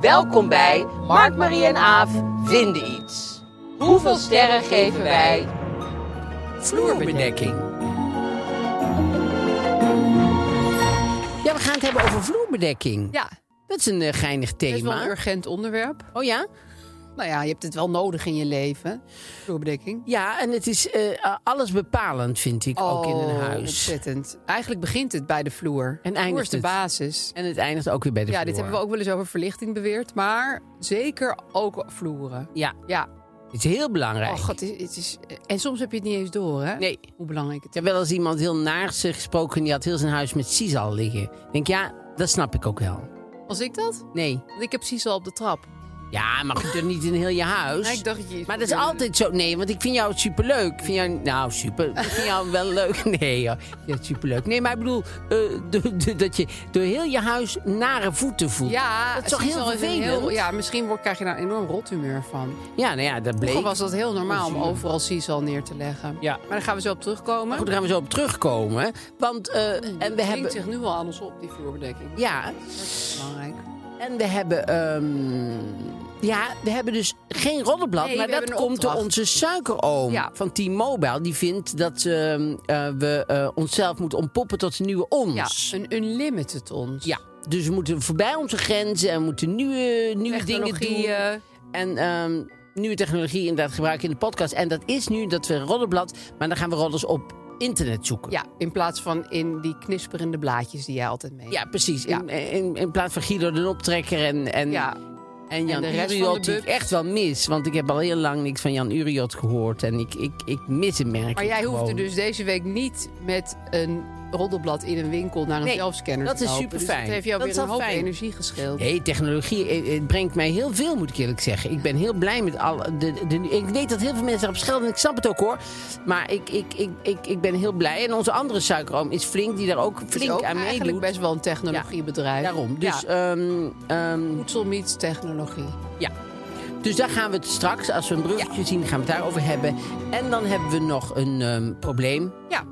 Welkom bij Mark, Marie en Aaf vinden iets. Hoeveel sterren geven wij? Vloerbedekking. Ja, we gaan het hebben over vloerbedekking. Ja, Dat is een eh, geinig best wel thema. een urgent onderwerp. Oh ja? Nou ja, je hebt het wel nodig in je leven. Vloerbedekking. Ja, en het is eh, alles bepalend, vind ik, ook in een Oh, huis. Ontzettend. Eigenlijk begint het bij de vloer. En de vloer is eindigt de het. basis. En het eindigt ook weer bij de ja, dit hebben we ook wel eens over verlichting beweerd. Maar zeker ook vloeren. Ja, Ja. het is heel belangrijk. Oh, god, het is, het is- En soms heb je het niet eens door, hè? Nee. Hoe belangrijk het Ik heb wel eens iemand heel naars eh, gesproken... die had heel zijn huis met sisal liggen. Ik denk, ja, dat snap ik ook wel. is. Was ik dat? Nee. Want ik heb precies al op de trap. Ja, maar goed, dat niet in heel je huis. Ja, ik dacht dat je iets maar dat is probeerde. altijd zo. Nee, want ik vind jou superleuk. Ik vind jou... Nou, super. Ik vind jou wel leuk. Nee, joh. Ja, superleuk. Nee, maar ik bedoel... eh, de- de- dat je door heel je huis nare voeten voelt. Ja, Dat is toch sisal heel een vervelend? ja, misschien word, krijg je daar een enorm rothumeur van. Ja, nou ja, dat bleek. Vroeger was dat heel normaal om Plezier. overal sisal neer te leggen. Ja. Maar daar gaan we zo op terugkomen. Maar goed, daar gaan we zo op terugkomen. Want... eh, en we Het hebben... dringt zich nu al anders op, die vloerbedekking. Ja, Dat is belangrijk. en we hebben... ehm, ja, we hebben dus geen roddelblad, Nee, we maar dat hebben een komt door opdracht. onze suikeroom Ja. van T-Mobile. Die vindt dat ehm, eh, we eh, onszelf moeten ontpoppen tot een nieuwe ons. Ja, een unlimited ons. Ja, dus we moeten voorbij onze grenzen en we moeten nieuwe, nieuwe dingen eh, doen. Technologieën. En ehm, nieuwe technologie inderdaad gebruiken in de podcast. En dat is nu dat we een roddelblad, maar dan gaan we roddels op internet zoeken. Ja, in plaats van in die knisperende blaadjes die jij altijd mee Ja, precies. Ja. In, in, in plaats van Guido de Optrekker en, en, Ja. en Jan de rest van de Uriot, die ik bubs. echt wel mis. Want ik heb al heel lang niks van Jan Uriot gehoord. En ik, ik, ik mis hem merk Maar ik jij gewoon. hoefde dus deze week niet met een roddelblad in een winkel naar een Nee, zelfscanner dat te is lopen. superfijn. Dus dat heeft jou Dat is weer een al hoop fijn. energie gescheeld. Nee, technologie eh, het brengt mij heel veel, moet ik eerlijk zeggen. Ik ben heel blij met al de, de- Ik weet dat heel veel mensen daarop schelden en ik snap het ook hoor. Maar ik, ik, ik, ik, ik ben heel blij. En onze andere suikeroom is flink, die daar ook Het is flink Dus ook aan eigenlijk meedoet. best wel een technologiebedrijf. Daarom. Dus, ja. ehm, ehm, voedsel meets technologie. ja. dus daar gaan we het straks, als we een bruggetje zien, gaan we het daarover hebben. En dan hebben we nog een ehm, probleem. Ja.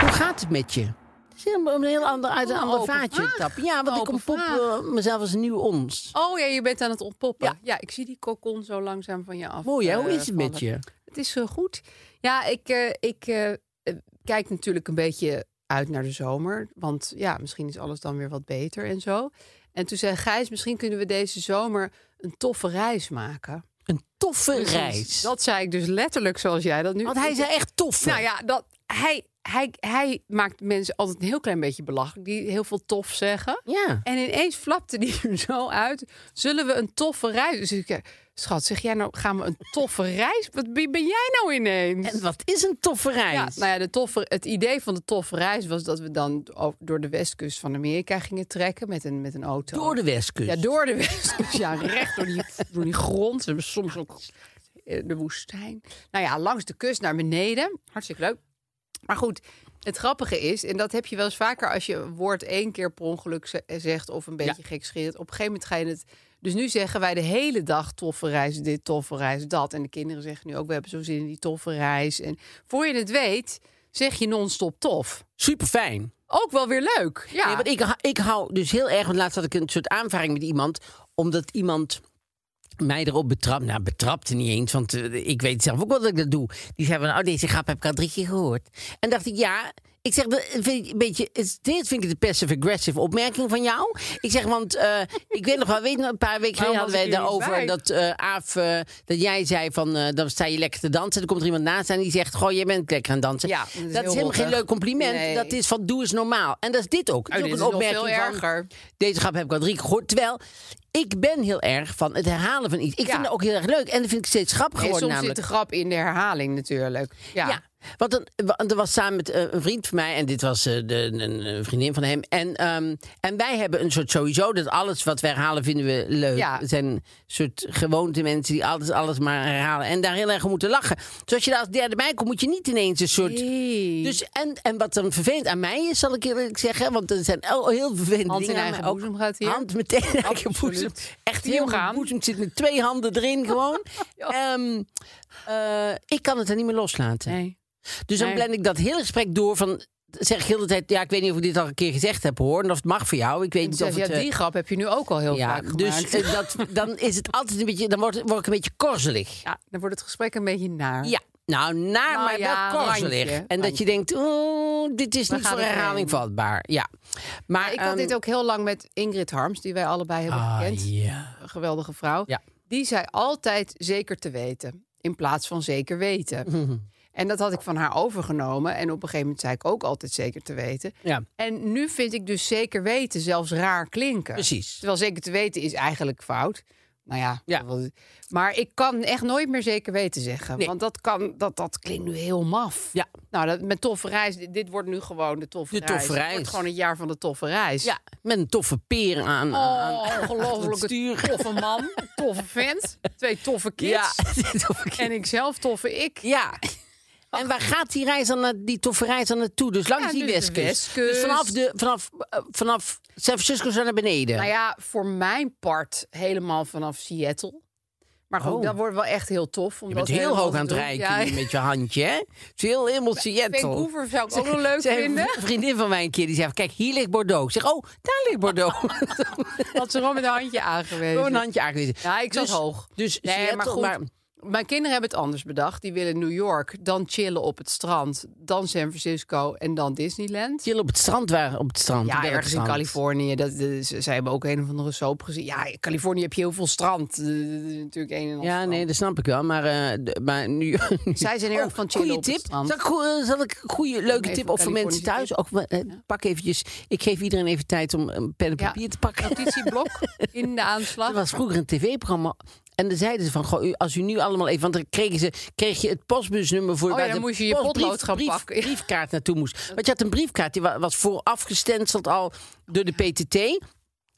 Hoe gaat het met je? Het is helemaal een heel ander, uit een Oh, ander open vaatje vraag. tappen. Ja, want ik Open ontpop vraag. eh, mezelf als een nieuw ons. Oh ja, je bent aan het ontpoppen. Ja. Ja, ik zie die kokon zo langzaam van je af. Mooi, hè? Hoe eh, is het met vallen. je? Het is eh, goed. Ja, ik, eh, ik eh, eh, kijk natuurlijk een beetje uit naar de zomer. Want ja, misschien is alles dan weer wat beter en zo. En toen zei Gijs, misschien kunnen we deze zomer een toffe reis maken. Een toffe Dus reis. Dat zei ik dus letterlijk zoals jij dat nu... Want hij zei echt tof. Nou ja, dat, hij, hij, hij maakt mensen altijd een heel klein beetje belachelijk. Die heel veel tof zeggen. Ja. En ineens flapte die er zo uit. Zullen we een toffe reis? Dus ik, eh, schat, zeg jij nou, gaan we een toffe reis? Wat wie ben jij nou ineens? En wat is een toffe ja, reis? nou ja, de toffe, het idee van de toffe reis was dat we dan o- door de westkust van Amerika gingen trekken met een, met een auto. Door de westkust. Ja, door de westkust. Ja, recht door die, door die grond. En soms ook eh, de woestijn. Nou ja, langs de kust naar beneden. Hartstikke leuk. Maar goed, het grappige is, en dat heb je wel eens vaker als je een woord één keer per ongeluk ze- zegt of een beetje gek gekscherend. Op een gegeven moment ga je het. Dus nu zeggen wij de hele dag toffe reis, dit, toffe reis, dat. En de kinderen zeggen nu ook, we hebben zo zin in die toffe reis. En voor je het weet, zeg je non-stop tof. Super fijn. Ook wel weer leuk. Ja, Nee, want ik, hou- ik hou dus heel erg. Want laatst had ik een soort aanvaring met iemand. Omdat iemand mij erop betrapt. Nou, betrapte niet eens, want eh, ik weet zelf ook wel dat ik dat doe. Die zei van, oh, deze grap heb ik al drie keer gehoord. En dacht ik, ja... Ik zeg, dat vind ik een beetje, is- dit vind ik de passive-aggressive opmerking van jou. Ik zeg, want eh, ik weet nog wel, weet, je nog, een paar weken geleden was hadden wij ik hier niet daarover... bij? dat eh, Aaf, eh, dat jij zei van, eh, dan sta je lekker te dansen. En dan komt er iemand naast en die zegt, goh, jij bent lekker aan het dansen. Ja, dat is, dat is heel helemaal geen rottig. leuk compliment. Nee. Dat is van, doe eens normaal. En dat is dit ook. Het Oh, dit ook is nog veel van, erger. deze grap heb ik al drie keer gehoord. Terwijl ik ben heel erg van het herhalen van iets. Ik Ja. vind dat ook heel erg leuk. En dat vind ik steeds grappiger En soms worden zit namelijk. de grap in de herhaling natuurlijk. Ja. Ja. Want dan- want er was samen met eh, een vriend van mij, en dit was eh, de, een, een vriendin van hem. En, ehm, en wij hebben een soort sowieso dat alles wat we herhalen vinden we leuk. Ja. Het zijn een soort gewoonte mensen die altijd alles maar herhalen. En daar heel erg om moeten lachen. Dus als je daar als derde bij komt, moet je niet ineens een soort. Dus, en, en wat dan vervelend aan mij is, zal ik eerlijk zeggen. Want er zijn al heel vervelende Hand in dingen aan eigen mij. Ook boezem gaat hier. Hand meteen in eigen Absoluut. boezem. Echt Heel heel gaan. boezem zit met twee handen erin gewoon. Ehm, eh, ik kan het er niet meer loslaten. Nee. Dus dan Nee. plan ik dat hele gesprek door van... Zeg ik heel de tijd, ja, ik weet niet of ik dit al een keer gezegd heb, hoor. En of het mag voor jou. Ik weet En niet toen of zei het... ze, eh, Dus ja, die grap heb je nu ook al heel ja, vaak gemaakt. dus eh, dat, dan is het altijd een beetje... Dan word, word ik een beetje korzelig. ja, dan wordt het gesprek een beetje naar. Ja, nou, naar Nou maar ja, wel korzelig. randje, en dat randje. je denkt, oh, dit is We niet gaan voor er herhaling heen. vatbaar. Ja, maar... Maar ik had ehm, dit ook heel lang met Ingrid Harms, die wij allebei hebben ah, gekend. ja. Een geweldige vrouw. Ja. Die zei altijd zeker te weten, in plaats van zeker weten. Mhm. En dat had ik van haar overgenomen. En op een gegeven moment zei ik ook altijd zeker te weten. Ja. En nu vind ik dus zeker weten zelfs raar klinken. Precies. Terwijl zeker te weten is eigenlijk fout. Nou ja, Ja. wel- maar ik kan echt nooit meer zeker weten zeggen. Nee. Want dat, kan, dat, dat klinkt nu heel maf. Ja. Nou, dat, met toffe reis, dit, dit wordt nu gewoon de toffe De reis. toffe Het wordt reis. gewoon een jaar van de toffe reis. ja, met een toffe peer aan. aan- Oh, het ongelooflijke stuur. toffe man, toffe vent, twee toffe ja, kids en ikzelf toffe ik. Ja. En waar gaat die, reis dan, naar- die toffe reis dan naartoe? Dus langs Oh. Ja, die dus de westkust. westkust. Dus vanaf, de, vanaf, eh, vanaf San Francisco zijn naar beneden. Nou ja, voor mijn part helemaal vanaf Seattle. Maar goed, Oh. dat wordt wel echt heel tof. je Omdat bent heel helemaal hoog te aan het doen. reiken Ja, hier met je handje. hè? Het is heel helemaal Seattle. Vancouver zou ik ook wel leuk Ze heeft vinden. Een vriendin van mij een keer die zei: Kijk, hier ligt Bordeaux. Ik zeg: Oh, daar ligt Bordeaux. Had ze gewoon met een handje Door aangewezen. een handje aangewezen. Ja, ik zat Dus- hoog. Dus Nee, Seattle, maar goed. maar- Mijn kinderen hebben het anders bedacht. Die willen New York, dan chillen op het strand, dan San Francisco en dan Disneyland. chill op het strand waren. Op het strand. op Ja, welk ergens in strand? Californië. Dat, eh, ze, zij hebben ook een of andere soap gezien. Ja, in Californië heb je heel veel strand. Eh, natuurlijk een en ander. Ja, nee, dat snap ik wel. Maar, eh, de- maar nu. Zij zijn heel erg van chillen Goede op het Oh, tip. Zal strand. ik, goe- eh, zal ik een goede, leuke Even tip op voor mensen Californische thuis? Ook, wel, eh, pak eventjes. Ik geef iedereen even tijd om een pen en Ja. papier te pakken. Notitieblok in de Er aanslag. was vroeger een tv-programma. En dan zeiden ze van, goh, u- als u nu allemaal even... Want dan kregen ze, kreeg je het postbusnummer voor... Oh ja, waar dan de moest je je postbrief- potlood gaan brief- pakken. briefkaart naartoe moest. Want je had een briefkaart, die wa- was vooraf gestenseld al door de PTT...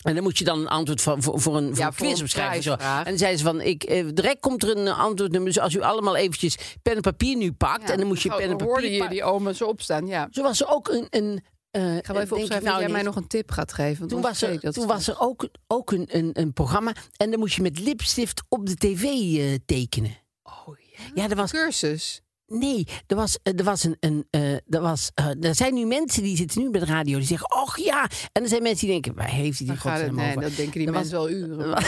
En dan moet je dan een antwoord van, voor, voor een, voor Ja, een voor quiz een opschrijven. en zo. prijsvraag. En dan zeiden ze van, ik, eh, direct komt er een eh, antwoordnummer. Dus als u allemaal eventjes pen en papier nu pakt... en dan moest je Oh, pen en dan papier hoorde je pakken. die oma zo opstaan. Ja. Zo was er ook een... een eh, Ik ga wel even denk ik opschrijven nou dat jij niet. mij nog een tip gaat geven. want Toen anders was weet er, ik dat toen straks. was er ook, ook een, een, een programma. En dan moest je met lipstift op de tv eh, tekenen. Oh, ja. Ja, er was. Cursus. Nee, er was, eh, er was een. een eh, er, was, eh, er zijn nu mensen die zitten nu bij de radio. Die zeggen: Och ja. En er zijn mensen die denken: Waar heeft hij die Dan gaat het, godsnaam nee, over? dat denken die Er was- mensen wel uren.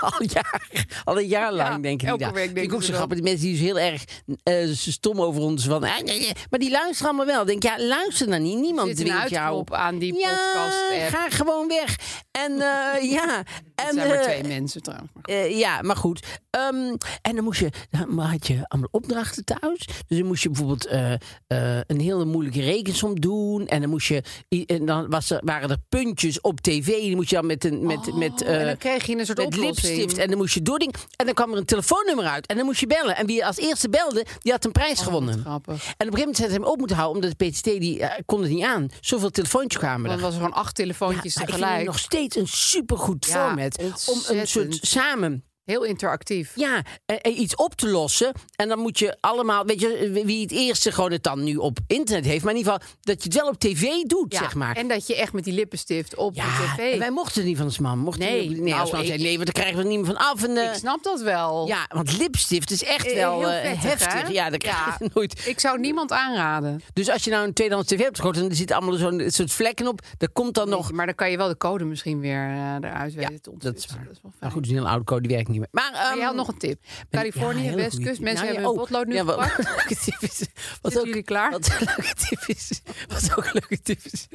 al, jaar, al een jaar lang Ja, denken die elke dat. week Vind ik denken ook ze zo dat. grappig. Die mensen die dus heel erg eh, stom over ons van... eh, nee, nee. Maar die luisteren allemaal wel. Ik Denk, ja, luister dan niet. Niemand Er zit een dwingt jou. uitknop aan die ja, podcast-app. ga gewoon weg. En eh, ja... Het en, zijn maar eh, twee mensen trouwens. Maar goed. eh, ja, maar goed. Ehm, en dan moest je, dan had je allemaal opdrachten thuis. Dus dan moest je bijvoorbeeld eh, eh, een hele moeilijke rekensom doen. En dan moest je, i- en dan was er, waren er puntjes op tv. Die moest je dan met een, met, met, Oh, en eh, dan kreeg je een soort met oplossing. lipstift. En dan moest je doording. En dan kwam er een telefoonnummer uit. En dan moest je bellen. En wie als eerste belde, die had een prijs gewonnen. En op Oh, Grappig. een gegeven moment zijn ze hem op moeten houden, omdat de PTT die eh, kon het niet aan. Zoveel telefoontjes kwamen Dan er. was er gewoon acht telefoontjes Maar ik vind het tegelijk. nog steeds een supergoed Ja, format. Om een soort ontzettend. samen Heel interactief. ja, eh, eh, iets op te lossen. En dan moet je allemaal, weet je, eh, wie het eerste gewoon het dan nu op internet heeft. Maar in ieder geval dat je het wel op tv doet, Ja, zeg maar. En dat je echt met die lippenstift op de ja, tv. en wij mochten het niet van ons man. Mochten Nee, niet op- nee, nou, als man ik- zei, nee, want daar krijgen we er niet meer van af. En, eh, Ik snap dat wel. ja, want lipstift is echt Eh, wel heel eh, vettig, heftig. hè? Ja, dat krijg je nooit. Ik zou niemand aanraden. Dus als je nou een tweedehands tv hebt gekocht en er zitten allemaal zo'n soort vlekken op, dan komt dan nog. Maar dan kan je wel de code misschien weer eh, eruit weten. te dat is ontwikkelen. waar. wel fijn. Nou goed, het is een heel oude code, die werkt niet niet meer. Maar, Maar ehm, jij had nog een tip. ben- Californië, ja, hele Westkust. goeie tip. Mensen Nou, hebben ja, hun potlood nu ja, wat- gepakt. leuke tip is. Wat Zitten ook, jullie klaar? Wat een leuke tip is. Wat ook een leuke tip is.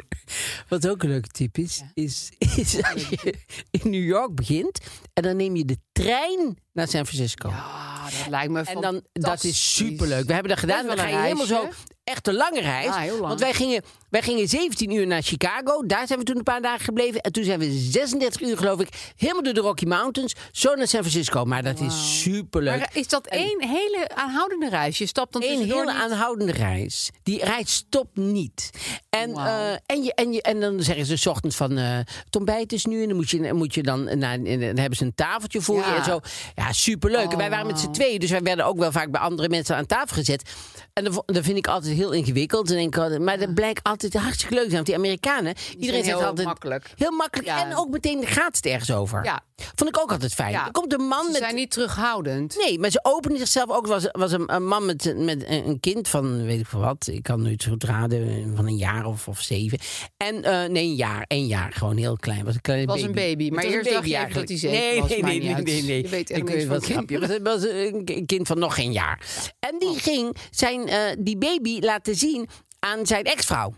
Wat ook een leuke tip is, is, is als je in New York begint en dan neem je de trein naar San Francisco. Ah, dat lijkt me En dan, dat is fantastisch. superleuk. We hebben dat gedaan. Best We wel een gingen helemaal zo. reisje. Echt een lange reis. Ja, heel lang. Want wij gingen, wij gingen 17 uur naar Chicago. Daar zijn we toen een paar dagen gebleven. En toen zijn we 36 uur, geloof ik, helemaal door de Rocky Mountains. Zo naar San Francisco. Maar dat is superleuk. Maar is dat één hele aanhoudende reis? Je stapt dan Een tussendoor hele niet- aanhoudende reis. Die reis stopt niet. En, eh, en, je, en, je, en dan zeggen ze 's ochtends van... eh Tom Bijt is nu en dan moet je, moet je dan... eh, naar- en dan hebben ze een tafeltje voor Ja. Oh. je en zo. Ja, superleuk. en wij waren met z'n tweeën, dus wij werden ook wel vaak bij andere mensen aan tafel gezet. En dat, vo- dat vind ik altijd heel ingewikkeld. Dan denk ik altijd, maar dat blijkt altijd hartstikke leuk te zijn. Want die Amerikanen, iedereen heel zegt altijd... makkelijk. Heel makkelijk. Ja. En ook meteen gaat het ergens over. Ja. Vond ik ook altijd fijn. Ja. Er komt een man Ze met... zijn niet terughoudend. Nee, maar ze openen zichzelf ook. Er was, was een, een man met, met een een kind van, weet ik veel wat, ik kan nu het goed raden, van een jaar of, of zeven. En, eh, nee, een jaar, één jaar, gewoon heel klein. Was een kleine was een baby, maar Het was eerst dacht je even eigenlijk. dat hij zeven was, nee, maakt Nee, nee, niet nee, uit. nee, nee. Je weet echt Ik niks van Oh. wat grapje. Het was een k- kind van nog geen jaar. En die ging zijn, eh, die baby laten zien aan zijn ex-vrouw.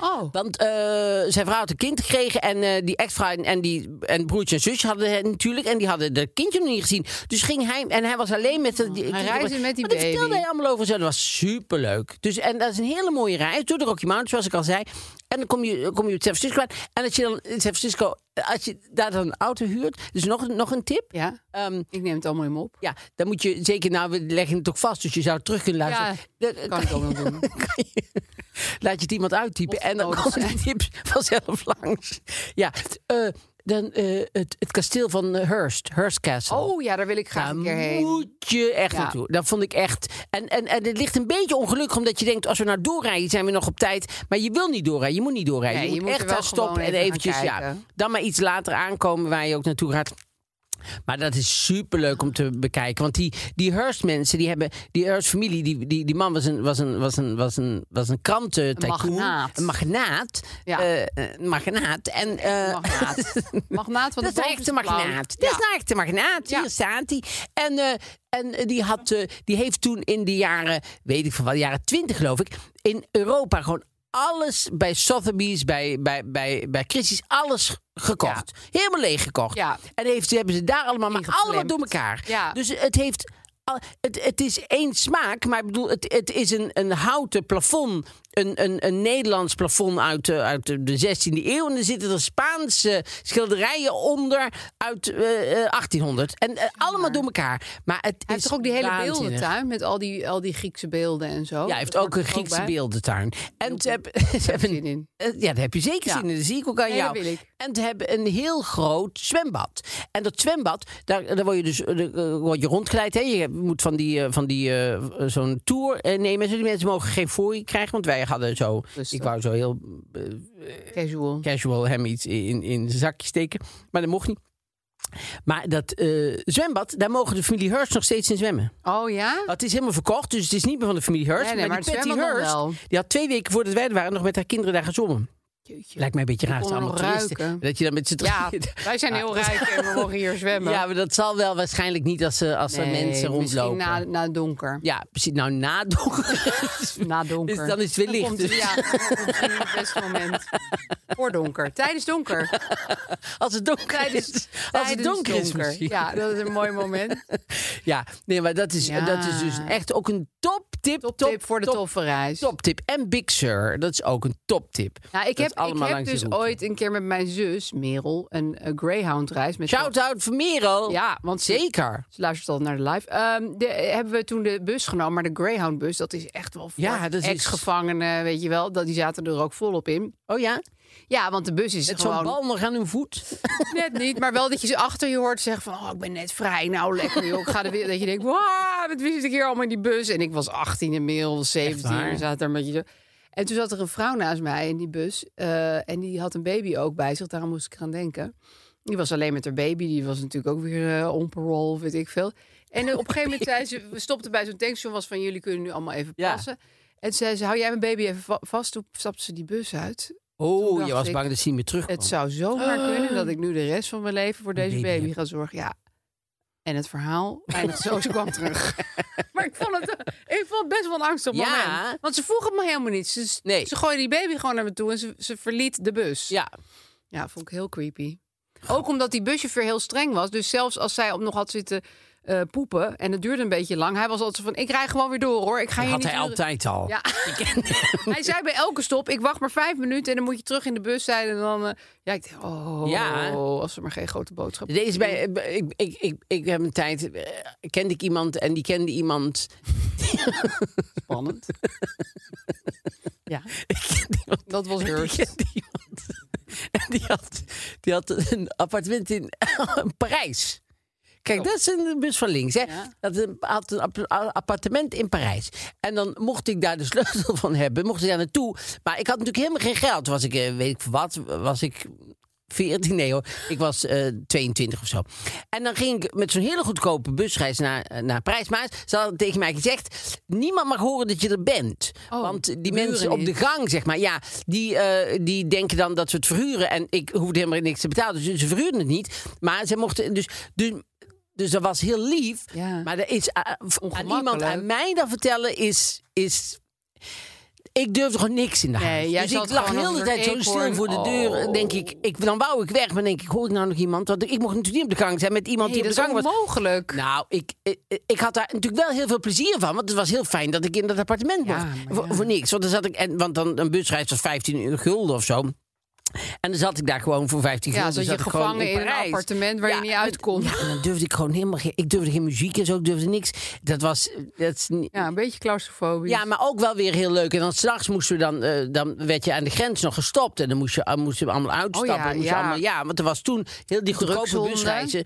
Oh, Want eh, zijn vrouw had een kind gekregen en eh, die ex-vrouw en- en, die, en broertje en zusje hadden het natuurlijk. En die hadden dat kindje nog niet gezien. Dus ging hij, en hij was alleen met... dat- die, Oh, Hij kindje. reisde met die Maar dat baby. vertelde hij allemaal over zo. Dat was superleuk. Dus, en dat is een hele mooie reis door de Rocky Mountains, zoals ik al zei. En dan kom je, kom je op San Francisco aan. En als je dan in San Francisco, als je daar dan een auto huurt, dus nog, een- nog een tip. ja. Ehm, Ik neem het allemaal in me op. ja, dan moet je zeker, nou, we leggen het ook vast, dus je zou terug kunnen luisteren. Ja, Dat- kan ik allemaal doen. kan je- laat je het iemand uittypen Mocht en dan nodig komen de zijn. tips vanzelf langs. Ja, eh, dan eh, het, het kasteel van eh, Hearst, Hearst Castle. Oh ja, daar wil ik graag Daar een keer heen. moet je echt Ja. naartoe. Dat vond ik echt. En, en, en het ligt een beetje ongelukkig, omdat je denkt: als we nou doorrijden, zijn we nog op tijd. Maar je wil niet doorrijden, je moet niet doorrijden. Nee, je, je moet moet echt er wel gaan stoppen gewoon en even gaan eventjes, ja, kijken. dan maar iets later aankomen waar je ook naartoe gaat. Maar dat is superleuk om te bekijken. Want die, die Hearst-mensen, die hebben. Die Hearst-familie, die, die, die man was een, was een, was een, was een, was een kranten magnaat. Een magnaat. Ja. Eh, eh, magnaat. En, eh, Magnaat. Magnaat van dat de is een echte magnaat. Dat is een echte magnaat. Ja. Hier staat hij. En, eh, en eh, die, had, eh, die heeft toen in de jaren, weet ik van wat, jaren twintig geloof ik, in Europa gewoon alles bij Sotheby's, bij, bij, bij, bij Christie's, alles gekocht. Helemaal leeg gekocht. Ja. En heeft, hebben ze daar allemaal, maar Ingeklemd. allemaal door elkaar. Ja. Dus het heeft... al- Het, het is één smaak, maar ik bedoel, het, het is een, een houten plafond. Een, een, een Nederlands plafond uit, de- uit de de 16e eeuw. En er zitten er Spaanse schilderijen onder uit eh, eh, 1800. En eh, allemaal door elkaar. Maar het Hij is heeft toch ook die hele waanzinnig. beeldentuin met al die, al die Griekse beelden en zo. Ja, hij heeft ook een Griekse beeldentuin. En ze hebben, ze hebben zin in. eh, Ja, daar heb je zeker Ja. zin in. Dat zie ik ook aan Nee, dat jou. wil ik. En ze hebben een heel groot zwembad. En dat zwembad, daar, daar word je dus eh, eh, word je rondgeleid. Hè? Je moet van die, eh, van die eh, zo'n tour eh, nemen. Zo Die mensen mogen geen fooi krijgen. Want wij hadden zo... Rustig. Ik wou zo heel eh, Casual. casual hem iets in, in zijn zakje steken. Maar dat mocht niet. Maar dat eh, zwembad, daar mogen de familie Hearst nog steeds in zwemmen. Oh ja? Het is helemaal verkocht, dus het is niet meer van de familie Hearst. Nee, nee, maar, die maar het Patty zwembad nog Hearst, wel. die had twee weken voordat wij er waren nog met haar kinderen daar gezongen. Lijkt mij een beetje raar, het zijn konden allemaal nog toeristen. ruiken. Dat je dan met z'n Ja, drieën- wij zijn heel rijk en we mogen hier zwemmen. Ja, maar dat zal wel waarschijnlijk niet als, ze, als er Nee, mensen rondlopen. Misschien na, na het donker. Ja, precies. Nou, na donker. Na donker. Dus dan is het weer licht. komt- Dus Ja, misschien het beste moment. Voor donker. Tijdens donker. als het donker Tijdens, is. Als het tijdens donker, is misschien. Ja, dat is een mooi moment. Ja, nee, maar dat is, Ja. dat is dus echt ook een toptip. Top, top- tip voor de top- toffe reis. Toptip. En Big Sur, dat is ook een toptip. Nou, ik Dat heb, is allemaal ik heb langs dus die route. ooit een keer met mijn zus, Merel, een, eh, Greyhound-reis. met Shout-out van Merel. Ja, want ze- Zeker. Ze luistert al naar de live. Ehm, de, hebben we toen de bus genomen, maar de Greyhound-bus, dat is echt wel voor Ja, dat is- ex-gevangenen, weet je wel. Dat, die zaten er ook volop in. Oh ja? Ja, want de bus is Met zo'n gewoon bal nog aan hun voet. net niet, maar wel dat je ze achter je hoort zeggen van, oh, ik ben net vrij, nou lekker joh. Ik ga er weer, dat je denkt, wow, met wie zit ik hier allemaal in die bus? En ik was 18 inmiddels, 17, waar? en zat daar met je zo. En toen zat er een vrouw naast mij in die bus eh, en die had een baby ook bij zich, daarom moest ik aan denken. Die was alleen met haar baby, die was natuurlijk ook weer eh on parole, of weet ik veel. En op een gegeven moment zei ze, we stopten bij zo'n tankstation, was van, jullie kunnen nu allemaal even Ja. passen. En toen zei ze, hou jij mijn baby even va- vast, toen stapte ze die bus uit. Oh, dacht je was ik, bang dat ze niet meer terugkwam. Ah. Het zou zomaar kunnen dat ik nu de rest van mijn leven voor deze baby Oh. baby hebt. ga zorgen. Ja, En het verhaal eindigt zo, ze kwam terug. maar ik vond, het, ik vond het best wel een angstig Ja. moment. Want ze vroeg het me helemaal niet. Ze, Nee. ze gooide die baby gewoon naar me toe en ze, ze verliet de bus. Ja. Ja, vond ik heel creepy. Ook omdat die buschauffeur heel streng was. Dus zelfs als zij op nog had zitten eh, poepen en het duurde een beetje lang, hij was altijd zo van: ik rij gewoon weer door hoor. Ik ga Dat hier had niet hij duren." altijd al. Ja. hij zei bij elke stop: ik wacht maar vijf minuten en dan moet je terug in de bus zijn. En dan, eh, ja, ik dacht, oh, Ja. als ze maar geen grote boodschap. Deze bij, ik, ik, ik, ik heb een tijd. eh, kende ik iemand en die kende iemand. Spannend. ja, Ik kende iemand dat was Ik Hurst. kende iemand. En die had, die had een appartement in Parijs. Kijk, dat is een bus van links. Hè? Oh. Ja. Dat een- had een app- a- appartement in Parijs. En dan mocht ik daar de sleutel van hebben. Mocht ik daar naartoe. Maar ik had natuurlijk helemaal geen geld. Toen Was ik, eh, weet ik voor wat, was ik 14? Nee hoor, ik was eh, 22 of zo. En dan ging ik met zo'n hele goedkope busreis naar, eh, naar Parijs. Maar ze hadden tegen mij gezegd... niemand mag horen dat je er bent. Oh, Want de die muren mensen op de niet. gang, zeg maar. Ja, die, eh, die denken dan dat ze het verhuren. En ik hoefde helemaal niks te betalen. Dus ze verhuurden het niet. Maar ze mochten. Dus, dus, dus dat was heel lief. Ja. Maar er is eh, aan Ongemakkelijk. iemand aan mij dat vertellen is. is ik durfde gewoon niks in de Nee, huis. jij dus zat ik lag gewoon heel de als hele een tijd zo soort stil voor de eekhoorn. deur. Oh. Denk ik, ik, dan wou ik weg. Maar denk ik, hoor ik nou nog iemand? Want ik mocht natuurlijk niet op de gang zijn met iemand Nee, die dat op is de gang was. onmogelijk. Nou, ik, ik, ik had daar natuurlijk wel heel veel plezier van. Want het was heel fijn dat ik in dat appartement Ja, mocht. maar Voor, ja. voor niks. Want, dan zat ik, en, want dan, een busreis was 15 uur gulden of zo. En dan zat ik daar gewoon voor 15 Ja, gulden. dus zat je ik gewoon gevangen in een Parijs. appartement waar je Ja, niet en- uit kon. Ja, en dan durfde ik gewoon helemaal geen... Ik durfde geen muziek en zo, ik durfde niks. Dat was... eh, Dat is niet- Ja, een beetje claustrofobisch. ja, maar ook wel weer heel leuk. En dan s'nachts moesten we dan, eh, dan werd je aan de grens nog gestopt. En dan moest je, eh, moesten we allemaal uitstappen. Oh ja, moest je ja. Allemaal, ja, want er was toen heel die goedkope Drugshonden. busreizen.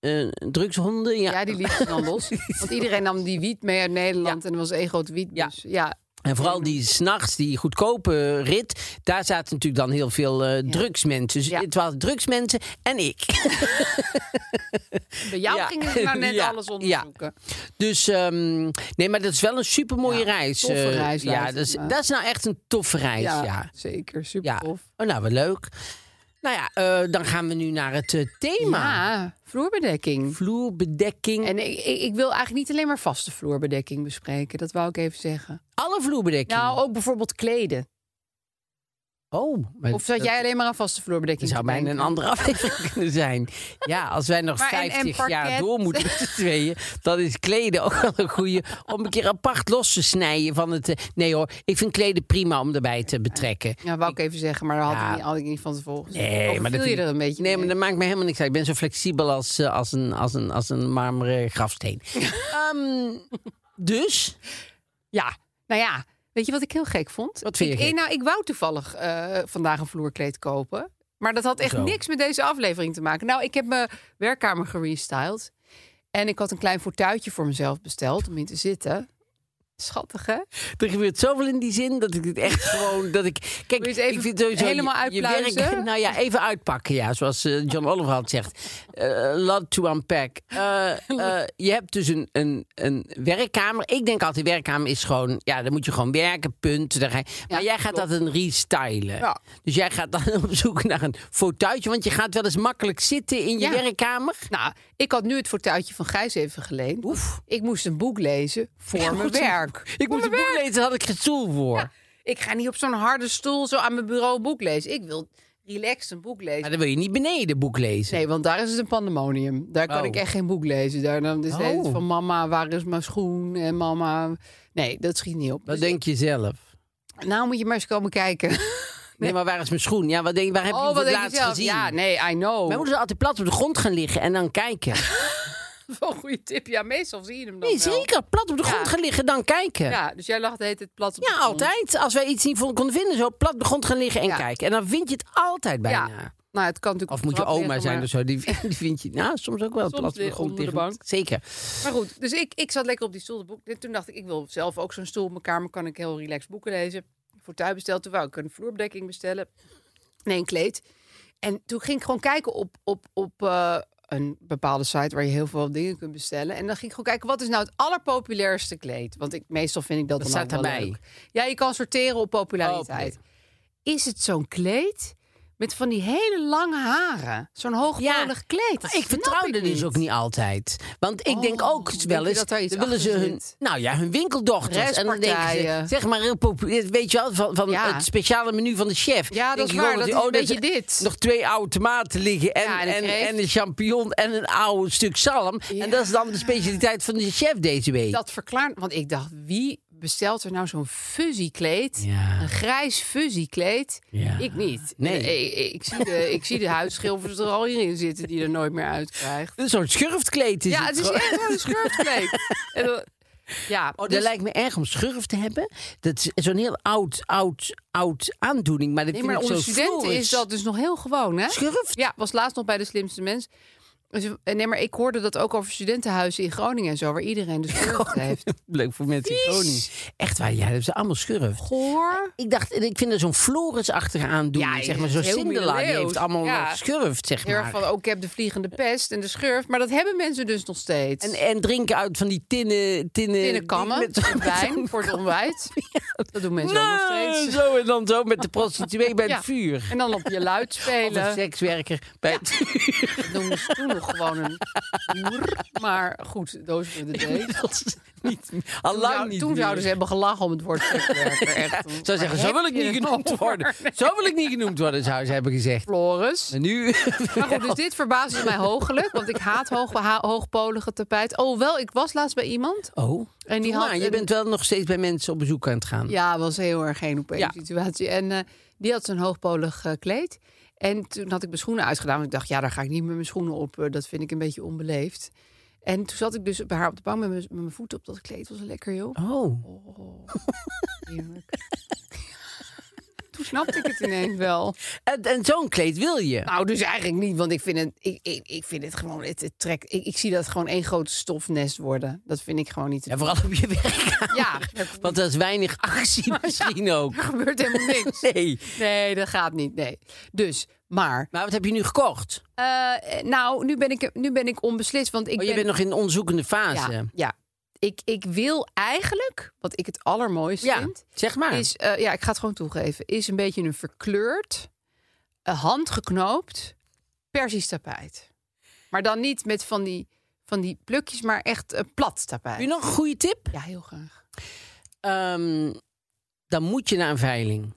eh drugshonden, ja. Ja, die liet ze dan los. Want iedereen nam die wiet mee uit Nederland en er was één groot wietbus. Ja. En vooral die s'nachts, die goedkope rit. Daar zaten natuurlijk dan heel veel eh, drugsmensen. Dus Ja. het waren drugsmensen en ik. Bij jou Ja. gingen ze nou net Ja, alles onderzoeken. Dus ehm, nee, maar dat is wel een super mooie Ja, reis. toffe eh, reis lijkt ja, het dat is, me. dat is nou echt een toffe reis. Ja, ja. zeker. Super tof. Oh, nou, wat leuk. Nou ja, eh, dan gaan we nu naar het eh, thema. Ja, vloerbedekking. Vloerbedekking. En ik, ik, ik wil eigenlijk niet alleen maar vaste vloerbedekking bespreken. Dat wou ik even zeggen. alle vloerbedekking. Nou, ook bijvoorbeeld kleden. oh, maar Of zat dat- jij alleen maar aan vaste dat vloerbedekking? zou te bijna een denken? andere aflevering kunnen zijn. Ja, als wij nog Maar en- en 50 jaar parket. door moeten met z'n tweeën... dan is kleden ook wel een goede om een keer apart los te snijden van het... eh, Nee hoor, ik vind kleden prima om erbij te betrekken. Ja, wou ik even zeggen, maar dat had, ik, niet, had ik niet van tevoren. gezegd. Overviel je er een beetje Nee, maar mee? dat maakt me helemaal niks uit. Ik ben zo flexibel als, eh, als, een, als, een, als een marmeren grafsteen. Ehm, dus, Ja, nou ja. Weet je wat ik heel gek vond? Wat vind je ik, gek? Nou, ik wou toevallig eh, vandaag een vloerkleed kopen. Maar dat had echt Hoezo? niks met deze aflevering te maken. Nou, ik heb mijn werkkamer gerestyled. En ik had een klein fauteuiltje voor mezelf besteld om in te zitten. Schattig, hè? er gebeurt zoveel in die zin dat ik het echt gewoon... Dat ik, kijk, Wil je het even ik vind sowieso helemaal je- je werk- uitpluizen? nou ja, even uitpakken, ja. Zoals eh, John Oliver had zegt. Eh, A lot to unpack. Eh, eh, je hebt dus een, een, een werkkamer. Ik denk altijd, werkkamer is gewoon... Ja, dan moet je gewoon werken, punt. Daar ga je- maar jij gaat dat een restylen. Ja. Dus jij gaat dan op zoek naar een fauteuiltje. Want je gaat wel eens makkelijk zitten in je Ja. werkkamer. Nou, ik had nu het fortuitje van Gijs even geleend. Oef. Ik moest een boek lezen voor Ik mijn moest een- werk. Ik moet Voor een mijn boek werk. lezen, daar had ik geen stoel voor. Ik ga niet op zo'n harde stoel zo aan mijn bureau een boek lezen. Ik wil relaxed een boek lezen. Maar dan wil je niet beneden boek lezen. Nee, want daar is het een pandemonium. Daar kan Oh. ik echt geen boek lezen. Daar dan is het Oh. hele tijd van mama, waar is mijn schoen? En mama... Nee, dat schiet niet op. Wat Dus denk je zelf? ik- nou moet je maar eens komen kijken. Oh, Nee, maar waar is mijn schoen? Ja, wat denk, waar heb je hem voor het laatst gezien? Ja, nou. nee, I know. Wij moeten altijd plat op de grond gaan liggen en dan kijken. Wel een goede tip. Ja, meestal zie je hem dan Nee, wel. zeker. Plat op de Ja. grond gaan liggen, dan kijken. Ja. Ja, dus jij lag de hele tijd plat op de grond. altijd. Als wij iets niet vo- konden vinden, zo plat op de grond gaan liggen en Ja. kijken. En dan vind je het altijd bijna. Ja. Nou, het kan natuurlijk Of op moet de je trap oma liggen, zijn maar- of zo, die, die vind je nou, soms ook wel Soms plat op de weer grond onder de liggen. bank. Zeker. Maar goed, dus ik, ik zat lekker op die stoel te boeken. Toen dacht ik, ik wil zelf ook zo'n stoel op mijn kamer. Kan ik heel relaxed boeken lezen. Voor tuin besteld. Toen wou ik een vloerbedekking bestellen. Nee, een kleed. En toen ging ik gewoon kijken op, op, op eh, een bepaalde site waar je heel veel dingen kunt bestellen. En dan ging ik gewoon kijken, wat is nou het allerpopulairste kleed? Want ik, meestal vind ik dat, Dat dan staat ook wel erbij. leuk. Ja, je kan sorteren op populariteit. Oh, Is het zo'n kleed Met van die hele lange haren. Zo'n hoogpolig kleed. Maar Dat ik snap vertrouwde ik dus niet. ook niet altijd. Want ik denk Oh, ook denk wel je eens... dat daar iets dan willen ze achter hun, zit? nou ja, hun winkeldochters. En dan denken ze, Restpartijen. zeg maar heel populair. Weet je wel, van, van Ja. het speciale menu van de chef. Ja, dat Denk is je waar, gewoon dat is oh, een beetje er dit. Nog twee oude tomaten liggen en, Ja, en een en, kreeft. en een champignon en een oude stuk zalm. En dat is dan de specialiteit van de chef deze week. Dat verklaart. Want ik dacht, wie bestelt er nou zo'n fuzzy kleed? Ja. Een grijs fuzzy kleed? Ja. Ik niet. Nee. Eh, eh, Ik, zie de, ik zie de huidschilfers er al hierin zitten die er nooit meer uitkrijgt. Zo'n schurftkleed is Ja, het het is gewoon. echt wel een schurfkleed. En dan- ja, Oh, dat dus- lijkt me erg om schurf te hebben. Dat is zo'n heel oud, oud, oud aandoening. Maar dat Nee, vind maar ik zo onder studenten floris. is dat dus nog heel gewoon, hè? Schurft? Ja, was laatst nog bij de slimste mens. Dus, eh, Nee, maar ik hoorde dat ook over studentenhuizen in Groningen en zo, waar iedereen de Oh, schurft heeft. Leuk voor mensen in Groningen. Echt waar, ja, dat ze allemaal schurft. Goor. Ik dacht, ik vind er zo'n florisachtige aandoening. Ja, zeg maar, het zo'n is heel Cinderella, die middeleeuws. heeft allemaal Ja. schurft, zeg Heel erg maar. van, oh. ook ik heb de vliegende pest en de schurft. Maar dat hebben mensen dus nog steeds. En, en drinken uit van die tinnen... Tinnen, Binnen kammen, met- met zo'n- wijn voor het ontbijt. Dat doen mensen ook nog Nou, steeds. Zo en dan zo met de prostituee bij Ja. het vuur. En dan op je luid Of een spelen. sekswerker bij het vuur. Dat noemden ze toen nog gewoon een moer. Maar goed, those were the days. Dat is niet, Toen, allang zou- niet toen meer. zouden ze hebben gelachen om het woord sekswerker. Echt. Zou zeggen, zo heb wil ik je niet het genoemd over? worden. Zo wil ik niet genoemd worden, zou ze hebben gezegd. Floris. En nu... Maar goed, dus dit verbaasde mij hoogelijk. Want ik haat hoog, ha- hoogpolige tapijt. Oh, wel, ik was laatst bij iemand. Oh, En die had maar je een- bent wel nog steeds bij mensen op bezoek aan het gaan. Ja, was heel erg geen opeens Ja. situatie. En eh, die had zo'n hoogpolig eh, kleed. En toen had ik mijn schoenen uitgedaan. Want ik dacht, ja, daar ga ik niet met mijn schoenen op. Eh, dat vind ik een beetje onbeleefd. En toen zat ik dus bij haar op de bank met mijn, met mijn voeten op dat kleed. was lekker, joh. Oh. Heerlijk. toen snapte ik het ineens wel. En, en zo'n kleed wil je. Nou, dus eigenlijk niet. Want ik vind het, ik, ik, ik vind het gewoon, het, het trekt. Ik, ik zie dat gewoon één groot stofnest worden. Dat vind ik gewoon niet. te en vooral op je werk. doen. Ja, er Want dat is weinig actie misschien ook. gebeurt helemaal niks. Nee. Nee, dat gaat niet. Nee. Dus, maar. Maar wat heb je nu gekocht? eh, nou, nu ben, ik, nu ben ik onbeslist. Want oh, ik je ben, bent nog in de onderzoekende fase. Ja, ja. Ik, ik wil eigenlijk, wat ik het allermooiste Ja, vind. zeg maar. Is, eh, ja, ik ga het gewoon toegeven. Is een beetje een verkleurd, eh, handgeknoopt Persisch tapijt. Maar dan niet met van die, van die plukjes, maar echt een plat tapijt. Heb je nog een goede tip? Ja, heel graag. Ehm, dan moet je naar een veiling.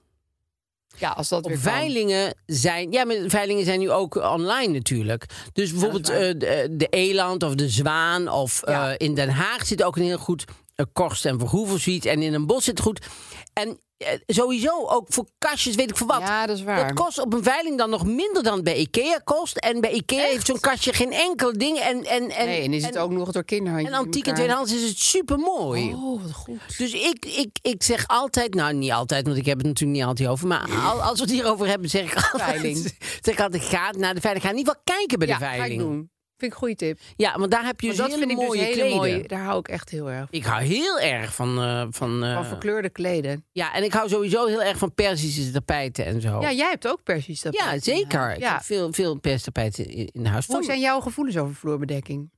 Ja, als dat Op weer kan. veilingen zijn. Ja, maar veilingen zijn nu ook online natuurlijk. Dus bijvoorbeeld waar. eh, de, de Eland of de Zwaan. Of Ja. eh, in Den Haag zit ook een heel goed eh, Korst en Verhoeven suite. En in een bos zit goed. En eh, sowieso ook voor kastjes, weet ik voor wat. Ja, dat is waar. Dat kost op een veiling dan nog minder dan bij Ikea kost. En bij Ikea heeft zo'n kastje geen enkel ding. En, en, en, Nee, en is het ook nog door kinderhandjes en antiek en in elkaar. tweedehands is het super mooi. Oh, wat goed. Dus ik, ik, ik zeg altijd, nou niet altijd, want ik heb het natuurlijk niet altijd over. Maar al- als we het hierover hebben, zeg ik altijd. Veiling. Zeg ik altijd, ga naar de veiling. Ga in ieder geval kijken bij ja, de ga ik veiling. doen. Vind ik een goede tip. Ja, want daar heb je Want dus dat hele vind ik mooie dus hele kleden. mooie. Daar hou ik echt heel erg van. Ik hou heel erg van. eh, van, eh, Van verkleurde kleden. ja, en ik hou sowieso heel erg van Persische tapijten en zo. Ja, jij hebt ook Persisch tapijt. Ja, in zeker. huis. Ik Ja. heb veel, veel Persische tapijten in, in huis. Hoe zijn jouw gevoelens over vloerbedekking?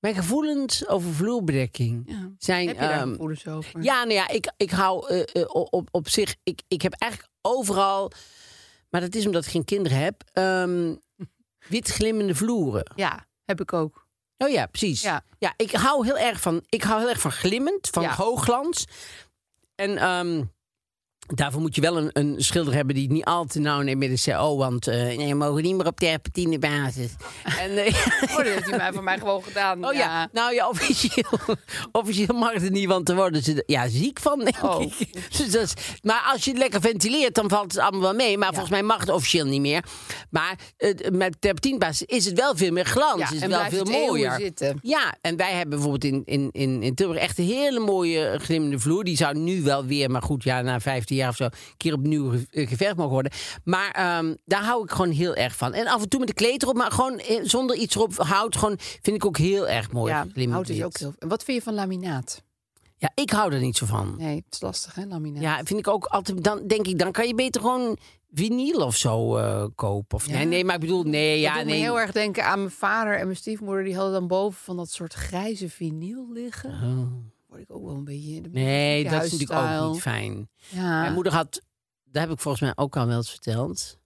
Mijn gevoelens over vloerbedekking Ja. zijn. Heb je daar ehm, gevoelens over? Ja, nou ja, ik, ik hou eh, eh, op, op zich. Ik, ik heb eigenlijk overal. Maar dat is omdat ik geen kinderen heb. ehm, wit glimmende vloeren. Ja, heb ik ook. Oh ja, precies. Ja. ik hou heel erg van. Ik hou heel erg van glimmend, van Ja. hoogglans. En ehm, daarvoor moet je wel een, een schilder hebben die het niet al te nauw neemt met de CO. Want eh nee, we mogen niet meer op terpentine basis. En, eh, Oh, dat heeft hij mij van mij gewoon gedaan. Oh ja. nou ja, officieel, officieel mag het niet, want daar worden ze ja, ziek van, denk Oh. ik. Dus dat is, maar als je het lekker ventileert, dan valt het allemaal wel mee. Maar volgens mij mag het officieel niet meer. Maar eh, met terpentienbasis is het wel veel meer glans, Ja, is en dus het wel blijft veel het eeuwen mooier. zitten. Ja, en wij hebben bijvoorbeeld in, in, in, in Tilburg echt een hele mooie glimmende vloer. Die zou nu wel weer, maar goed, ja, na 15 jaar of zo, een keer opnieuw ge- eh, geverfd mogen worden. Maar ehm, daar hou ik gewoon heel erg van. En af en toe met de kleed erop, maar gewoon eh, zonder iets erop hout, gewoon vind ik ook heel erg mooi. Ja, glimmend hout is wit. ook heel... En wat vind je van laminaat? Ja, ik hou er niet zo van. Nee, het is lastig hè, laminaat. Ja, vind ik ook altijd. Dan denk ik, dan kan je beter gewoon vinyl of zo eh, kopen. Of, nee, nee, maar ik bedoel, nee, ja, ja, doet me nee. heel erg denken aan mijn vader en mijn stiefmoeder. Die hadden dan boven van dat soort grijze vinyl liggen. Word ik ook wel een beetje... Oh. Nee, beetje dat is natuurlijk ook huisstijl. niet fijn. Ja. Mijn moeder had, dat heb ik volgens mij ook al wel eens verteld.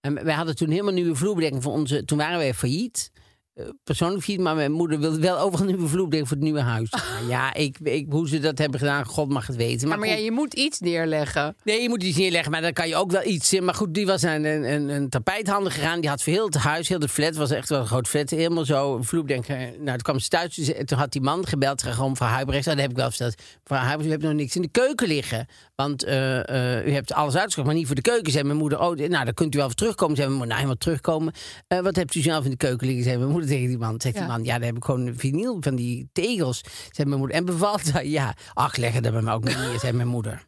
En wij hadden toen helemaal nieuwe vloerbedekking voor onze... Toen waren wij failliet. Eh, Persoonlijk failliet, maar mijn moeder wilde wel overal nieuwe vloerbedekking voor het nieuwe huis. Nou ja, ik, ik, hoe ze dat hebben gedaan, God mag het weten. Maar, maar ja, goed. je moet iets neerleggen. Nee, je moet iets neerleggen, maar dan kan je ook wel iets... eh, Maar goed, die was naar een, een, een tapijthandel gegaan. Die had voor heel het huis, heel de flat, was echt wel een groot flat. Helemaal zo, een vloepdenker. Nou, toen kwam ze thuis, toen ze- toen had die man gebeld. Gewoon mevrouw Huibrechts, Oh, dat heb ik wel verteld. Mevrouw Huibrechts, u hebt nog niks in de keuken liggen. Want eh, eh, u hebt alles uitgezocht, maar niet voor de keuken. Zei mijn moeder, oh, dit- nou, dan kunt u wel voor terugkomen. Zei mijn moeder, nou, helemaal terugkomen. Eh, wat hebt u zelf in de keuken liggen? Zei mijn moeder tegen die man. Zegt Ja. die man, ja, daar heb ik gewoon een vinyl van die tegels. Zei mijn moeder, en bevalt dat? Ja, ach, leg het er bij mij ook niet neer, zei mijn moeder.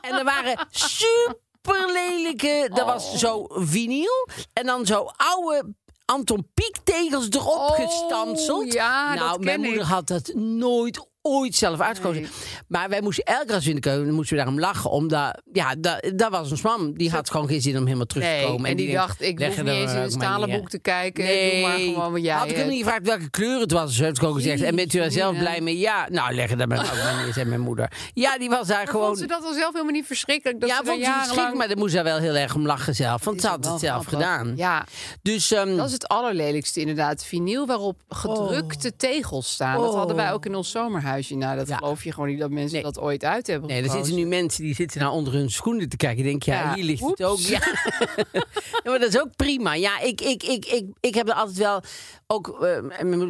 En er waren super lelijke. Dat Oh. was zo vinyl. En dan zo oude Anton Pieck tegels erop Oh, gestanseld. ja, nou, dat ken mijn moeder ik. had dat nooit ooit zelf uitgekozen. Maar wij moesten elke keer als we in de keuken moesten we daarom lachen. Omdat, ja, dat, dat was ons mam. Die had gewoon geen zin om helemaal terug te Nee, komen. en die denkt, dacht, ik leg hoef er niet eens in ook een maar stalen neer. boek te kijken. Nee. Doe maar gewoon wat jij eh, Had ik hem hebt. niet gevraagd welke kleur het was, ze heeft gewoon gezegd. En bent u daar Jeetje, zelf ja. blij mee? Ja. Nou, leg het er maar ook maar neer, zei mijn moeder. Ja, die was daar gewoon... Vond ze dat al zelf helemaal niet verschrikkelijk? Dat ja, ze vond daar ze jarenlang- verschrikkelijk, maar daar moest ze wel heel erg om lachen zelf. Want ze had Wel het zelf grappig. gedaan. Ja, Dus ehm, dat is het allerlelijkste inderdaad. Vinyl waarop gedrukte tegels staan. Dat hadden wij ook in ons zomerhuisje. Nou, dat Oh. Ja. geloof je gewoon niet dat mensen dat ooit uit hebben nee, er gekozen. zitten nu mensen die zitten nou onder hun schoenen te kijken. Ik denk, ja, Ja, hier ligt oeps. het ook. Ja. Ja, maar dat is ook prima. Ja, ik, ik, ik, ik, ik heb er altijd wel ook. eh,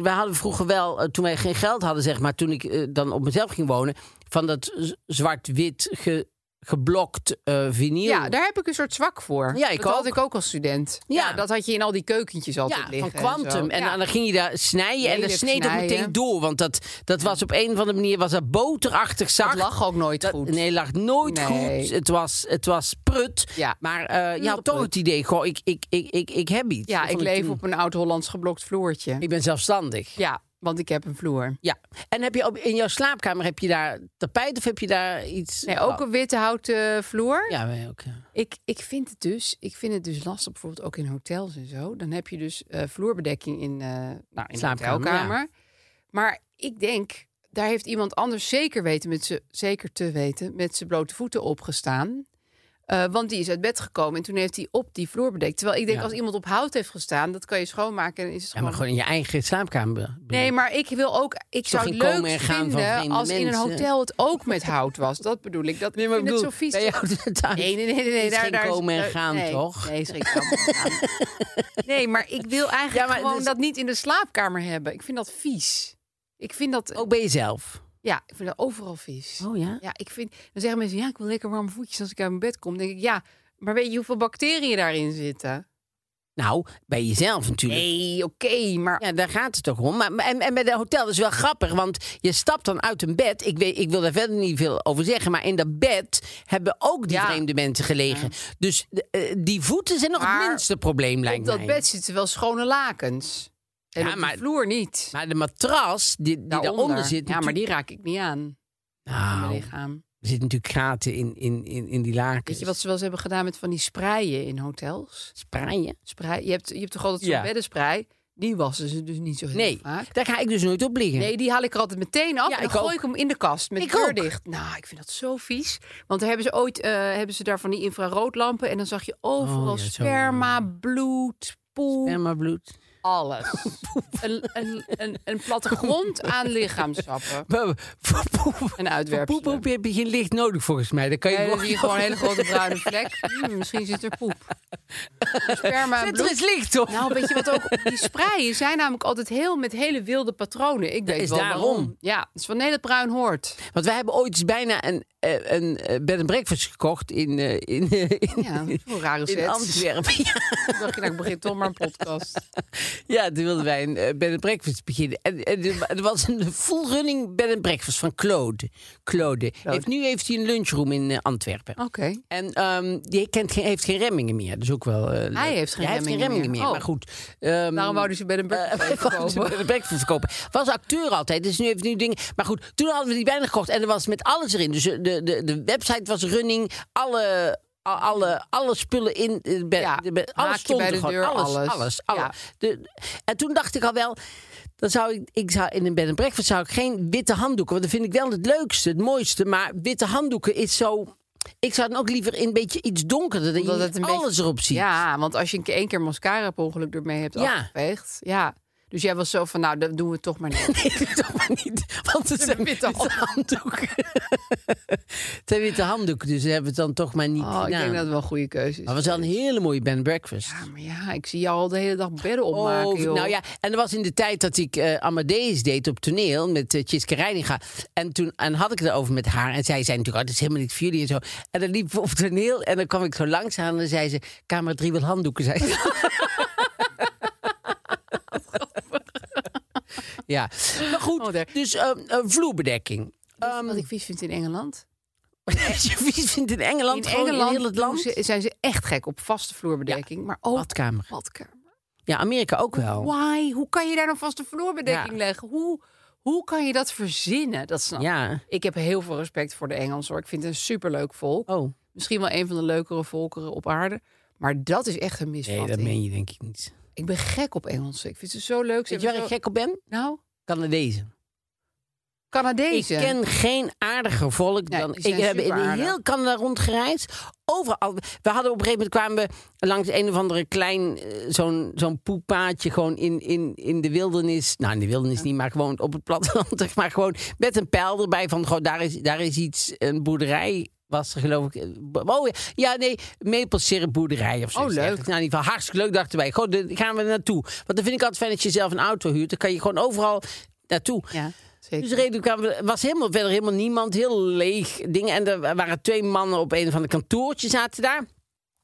we hadden vroeger wel, eh, toen wij geen geld hadden, zeg maar, toen ik eh, dan op mezelf ging wonen, van dat z- zwart-wit ge- geblokt eh vinyl. Ja, daar heb ik een soort zwak voor. Ja, ik dat ook. had ik ook als student. Ja. Ja. dat had je in al die keukentjes altijd Ja, liggen. van Quantum. En, En, zo. Ja. dan ging je daar snijden en dat Lelijk sneed ook meteen snijden. door. Want dat, dat was op een of andere manier was dat boterachtig zacht. dat lag ook nooit Dat- goed. Nee, lag nooit Nee. goed. Het was, het was prut. Ja. Nou, Maar eh, je had toch het idee, goh, ik, ik, ik, ik, ik heb iets. ja, Dat ik vond leef toen- op een oud-Hollands geblokt vloertje. Ik ben zelfstandig. Ja, want ik heb een vloer. Ja. En heb je op, in jouw slaapkamer, heb je daar tapijt of heb je daar iets? Oh, Nee, ook een witte houten vloer. Ja, wij ook. ja. Ik, ik, vind het dus, ik vind het dus lastig, bijvoorbeeld ook in hotels en zo. Dan heb je dus eh, vloerbedekking in, eh nou, in de Slaapkamer, hotelkamer. Maar ik denk, daar heeft iemand anders zeker, weten met z'n- zeker te weten met zijn blote voeten opgestaan. Eh, want die is uit bed gekomen en toen heeft hij op die vloer bedekt. Terwijl ik denk, Ja. als iemand op hout heeft gestaan, dat kan je schoonmaken en is het Ja, gewoon... maar gewoon in je eigen slaapkamer. Oh. Nee, maar ik wil ook. Ik zou het geen komen leuk en gaan van vinden vreemde als in een mensen. hotel het ook met hout was. Dat bedoel ik. Dat Nee, ik vind bedoel, het zo vies. bij jou thuis. Nee, nee, nee, nee. nee Is daar, geen daar is- komen en daar- gaan, nee, toch? Nee, is geen komen en gaan. Nee, maar ik wil eigenlijk maar gewoon dus- dat niet in de slaapkamer hebben. Ik vind dat vies. Ik vind dat, Ook bij jezelf. ja, ik vind dat overal vies. Oh ja? Ja, ik vind, dan zeggen mensen, ja, ik wil lekker warme voetjes als ik uit mijn bed kom. Dan denk ik, ja, maar weet je hoeveel bacteriën daarin zitten? Nou, bij jezelf natuurlijk. Nee, oké, maar Ja, daar gaat het toch om. Maar, maar- en, en bij de hotel dat is wel grappig, want je stapt dan uit een bed. Ik, weet, ik wil daar verder niet veel over zeggen, maar in dat bed hebben ook die Ja. vreemde mensen gelegen. Dus eh, die voeten zijn nog het Maar minste probleem, lijkt op dat mij. bed zitten wel schone lakens. En Ja, op maar- de vloer niet. Maar de matras die, die daaronder, zit, Ja, maar die natuurlijk- raak ik niet aan. aan mijn Nou, lichaam. er zitten natuurlijk gaten in, in, in, in die lakens. Weet je wat ze wel eens hebben gedaan met van die sprayen in hotels? Spraaien? Sprei, je, hebt, je hebt toch altijd zo'n Ja. beddensprei? Die wassen ze dus niet zo heel Nee, vaak. daar ga ik dus nooit op liggen. Nee, die haal ik er altijd meteen af Ja, en dan ik gooi ook. ik hem in de kast met Ik de deur ook. dicht. Nou, ik vind dat zo vies. Want daar hebben ze ooit eh, hebben ze daar van die infraroodlampen... en dan zag je overal Oh, ja, zo. sperma, bloed, poep, En maar bloed. alles. een, een, een, een plattegrond aan lichaamsappen Voor poep- en voor poep uitwerpselen. op heb je geen licht nodig, volgens mij. Dan kan je Nee, dan gewoon- zie je gewoon een hele grote bruine vlek. Hmm, misschien zit er poep. Sperma en Zet er bloed. eens licht op. Nou, weet je wat ook? Die spreien zijn namelijk altijd heel met hele wilde patronen. Ik weet is wel daarom. waarom. Ja, het is van nee, dat bruin hoort. Want wij hebben ooit eens bijna een, eh, een eh, bed and breakfast gekocht in, eh, in, eh, in, Ja, voor rare in set. Antwerpen. Ja, Toen dacht je, nou, ik begin toch maar een podcast. ja, toen wilden wij een eh, bed and breakfast beginnen. En, en er wa- er was een full running bed and breakfast van Claude. Claude. Heeft, nu heeft hij een lunchroom in eh, Antwerpen. Oké. En ehm, die kent geen, heeft geen remmingen meer. Dus ook wel. eh, leuk. Hij heeft geen Ja, remmingen meer. meer. Oh. Maar goed. ehm, Daarom wou hij ze bij een Eh, breakfast even wou ze kopen. bij de breakfast verkopen. Was acteur altijd, dus nu heeft nu dingen. Maar goed, toen hadden we die bijna gekocht en er was met alles erin. Dus eh, de, de, de website was running, alle, al- alle, alle spullen in. eh, Be, Ja, de, be- alles haakje stond bij er de gewoon. deur, alles, alles. alles. alle- Ja. de- en toen dacht ik al wel. Dan zou ik, ik zou in een bed en breakfast zou ik geen witte handdoeken. Want dat vind ik wel het leukste, het mooiste. Maar witte handdoeken is zo. Ik zou dan ook liever in een beetje iets donkerder, dat Omdat je het niet een beetje- alles erop ziet. Ja, want als je een keer, één keer mascara per ongeluk ermee hebt Ja. afgeveegd. Ja. Dus jij was zo van, nou, dat doen we toch maar niet. Ik doe het toch maar niet, want het zijn witte witte handdoeken. het zijn witte handdoeken, dus hebben we het dan toch maar niet Oh, ik gedaan. denk dat het wel een goede keuze is. Maar het was wel een hele mooie bed and breakfast. Ja, maar ja, ik zie jou al de hele dag bedden opmaken, Oh, joh. nou ja, en dat was in de tijd dat ik eh, Amadeus deed op toneel met eh, Tjitske Reininga. En toen en had ik het over met haar. En zij zei natuurlijk, oh, dat is helemaal niet voor jullie en zo. En dan liepen we op toneel en dan kwam ik zo langs aan en dan zei ze... Kamer 3 wil handdoeken, zei ze. ja, maar goed, Oh, daar. dus ehm, eh, vloerbedekking. Ehm, Weet je wat ik vies vind in Engeland? Als je vies vindt in Engeland, in gewoon Engeland in heel het doen land. ze- Oh. zijn ze echt gek op vaste vloerbedekking. maar ook badkamer. badkamer. Ja, Amerika ook wel. Why? Hoe kan je daar dan vaste vloerbedekking Nou. Ja. leggen? Hoe, hoe kan je dat verzinnen? Dat snap ik. Ja. Ik heb heel veel respect voor de Engelsen hoor. Ik vind het een superleuk volk. Oh, Misschien wel een van de leukere volkeren op aarde. Maar dat is echt een nee, misvatting. dat meen je denk ik niet. Ik ben gek op Engelsen. Ik vind ze zo leuk. Ze Weet je waar hebben ik gek op ben? zo- Nou, Canadezen. Ik Canadezen. ken geen aardiger volk Nee, dan. die Ik zijn heb in superaardig. heel Canada rondgereisd. Overal. We hadden op een gegeven moment kwamen we langs een of andere klein. eh, zo'n zo'n poepaadje. gewoon in, in, in de wildernis. Nou, in de wildernis niet, maar gewoon op het platteland. zeg Maar gewoon met een pijl erbij van. Gewoon, daar, is, daar is iets. Een boerderij was er, geloof ik. Oh ja, ja, nee. Maplesirupboerderij of zo. Oh, leuk. Nou, in ieder geval hartstikke leuk, dachten wij. Gewoon, daar gaan we naartoe. Want dan vind ik altijd fijn dat je zelf een auto huurt. Dan kan je gewoon overal naartoe. Ja, zeker. Dus reden kwamen we- was helemaal verder helemaal niemand, heel leeg dingen. En er waren twee mannen op een van de kantoortjes zaten daar.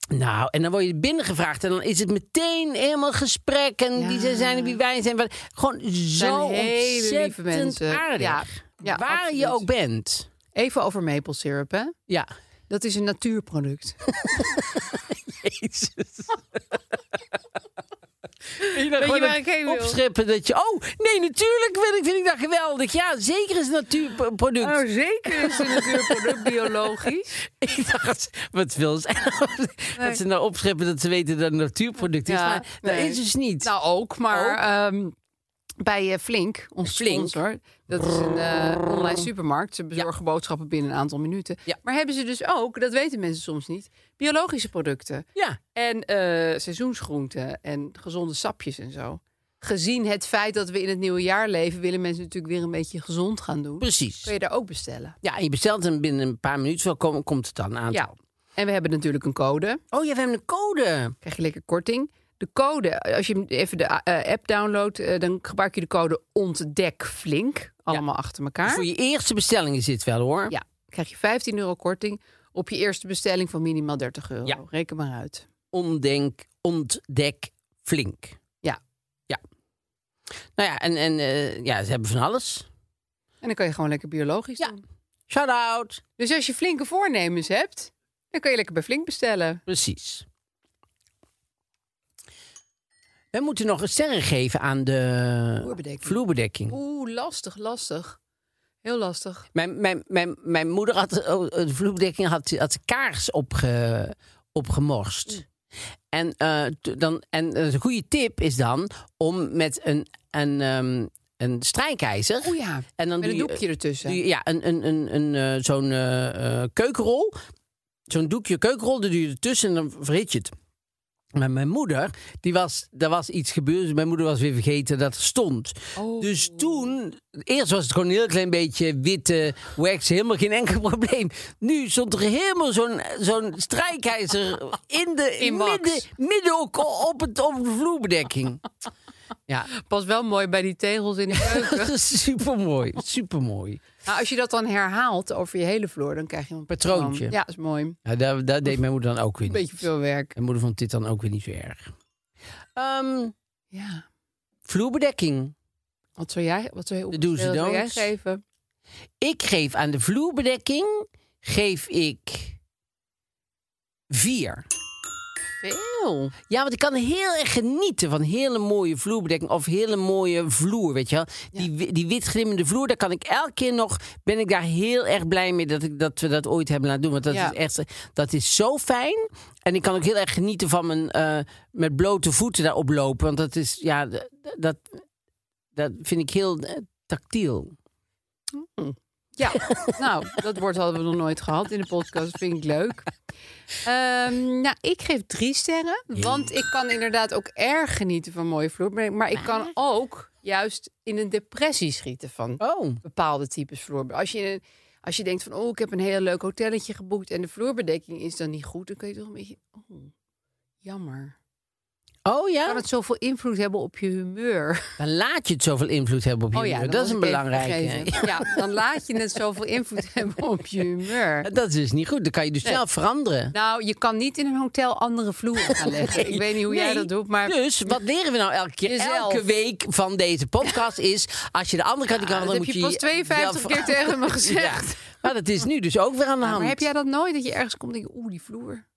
Nou, en dan word je binnengevraagd en dan is het meteen helemaal gesprek en Ja. wie zij zijn en wie wij zijn. Wat- Gewoon zo hele lieve ontzettend mensen. aardig. Ja. Ja, Waar absoluut. je ook bent. Even over maple syrup, hè? Ja. Dat is een natuurproduct. Jezus. Weet je Gewoon waar ik heen wil? opschrippen dat je, oh nee natuurlijk wil ik, vind ik dat geweldig. Ja, zeker is het een natuurproduct. Oh, zeker is een natuurproduct biologisch. Ik dacht, wat wil ze? Dat ze nou opscheppen dat ze weten dat het een natuurproduct is. Ja, maar dat nee. is dus niet. Nou, ook, maar ehm, bij eh, Flink, ons Flink. sponsor. Dat is een eh, online supermarkt. Ze bezorgen boodschappen binnen een aantal minuten. Ja. Maar hebben ze dus ook, dat weten mensen soms niet, biologische producten. ja, En eh, seizoensgroenten en gezonde sapjes en zo. Gezien het feit dat we in het nieuwe jaar leven, willen mensen natuurlijk weer een beetje gezond gaan doen. Kun precies. je daar ook bestellen? Ja, en je bestelt hem binnen een paar minuten, wel kom- komt het dan aan. Ja. En we hebben natuurlijk een code. Oh, je hebt hem een code. Krijg je lekker korting. De code, als je hem even de eh, app downloadt, eh, dan gebruik je de code ONTDEKFLINK. Allemaal achter Dus elkaar. voor je eerste bestelling is dit wel hoor. Ja, krijg je 15 euro korting op je eerste bestelling van minimaal 30 euro. Ja. Reken maar uit. Ondenk, ontdek, flink. Ja. Ja. Nou ja, en, en eh, ja, ze hebben van alles. En dan kan je gewoon lekker biologisch Ja. doen. Shout out. Dus als je flinke voornemens hebt, dan kan je lekker bij Flink bestellen. Precies. We moeten nog een sterren geven aan de Vloerbedekking. vloerbedekking. Oeh, lastig, lastig. Heel lastig. Mijn, mijn, mijn, mijn moeder had oh, de vloerbedekking had, had ze kaars opge, opgemorst. Mm. En, eh, to- dan, en eh, een goede tip is dan om met een, een, ehm, een strijkijzer. Oeh Oh ja, En dan met een doe je- doekje ertussen. doe je- ja, een, een, een, een, eh, zo'n eh, eh, keukenrol. Zo'n doekje keukenrol, dat doe je ertussen en dan verhit je het. Maar mijn moeder, die was, daar was iets gebeurd. dus Mijn moeder was weer vergeten dat het stond. Oh. Dus toen, eerst was het gewoon een heel klein beetje witte wax, helemaal geen enkel probleem. Nu stond er helemaal zo'n zo'n strijkijzer in de In wax. midden, midden ook op, het, op de vloerbedekking. Ja, Pas wel mooi bij die tegels in de keuken. dat is supermooi, supermooi. nou, als je dat dan herhaalt over je hele vloer, dan krijg je een Patroontje. Ja, is mooi. Een Ja, daar, daar deed mijn moeder dan ook weer niet. beetje veel werk. Mijn moeder vond dit dan ook weer niet zo erg. Ehm, Ja. vloerbedekking. Wat zou jij, wat zou jij, De do's en wat zou jij don'ts. geven? Ik geef aan de vloerbedekking geef ik vier. Veel. Ja, want ik kan heel erg genieten van hele mooie vloerbedekking of hele mooie vloer, weet je wel. Die, wi- die wit glimmende vloer, daar kan ik elke keer nog, ben ik daar heel erg blij mee dat, ik, dat we dat ooit hebben laten doen. Want dat, Ja. is, echt, dat is zo fijn. En ik kan ook heel erg genieten van mijn, eh, met blote voeten daarop lopen. Want dat is, ja, d- d- dat, dat vind ik heel eh, tactiel. Ja, nou, dat woord hadden we nog nooit gehad in de podcast. Vind ik leuk. Ehm, nou, ik geef drie sterren. Want ik kan inderdaad ook erg genieten van mooie vloerbedekking. Maar ik kan ook juist in een depressie schieten van Oh. bepaalde types vloerbedekking. Als je, in een- als je denkt van, oh, ik heb een heel leuk hotelletje geboekt... en de vloerbedekking is dan niet goed, dan kun je toch een beetje... Oh, jammer. Oh ja? Kan het zoveel invloed hebben op je humeur? Dan laat je het zoveel invloed hebben op je humeur. Oh dan dat is was een ik even belangrijke. vergeten. Ja, dan laat je net zoveel invloed hebben op je humeur. Dat is dus niet goed. Dan kan je dus zelf veranderen. Nou, je kan niet in een hotel andere vloeren gaan leggen. Ik weet niet hoe jij Nee. dat doet, maar... Dus wat leren we nou elke keer? Jezelf. Elke week van deze podcast is... als je de andere kant kan, dat dan heb moet je pas jezelf 52 keer veranderen. tegen me gezegd. Ja. Maar dat is nu dus ook weer aan de Nou, hand. maar heb jij dat nooit, dat je ergens komt en denk je, oeh, die vloer.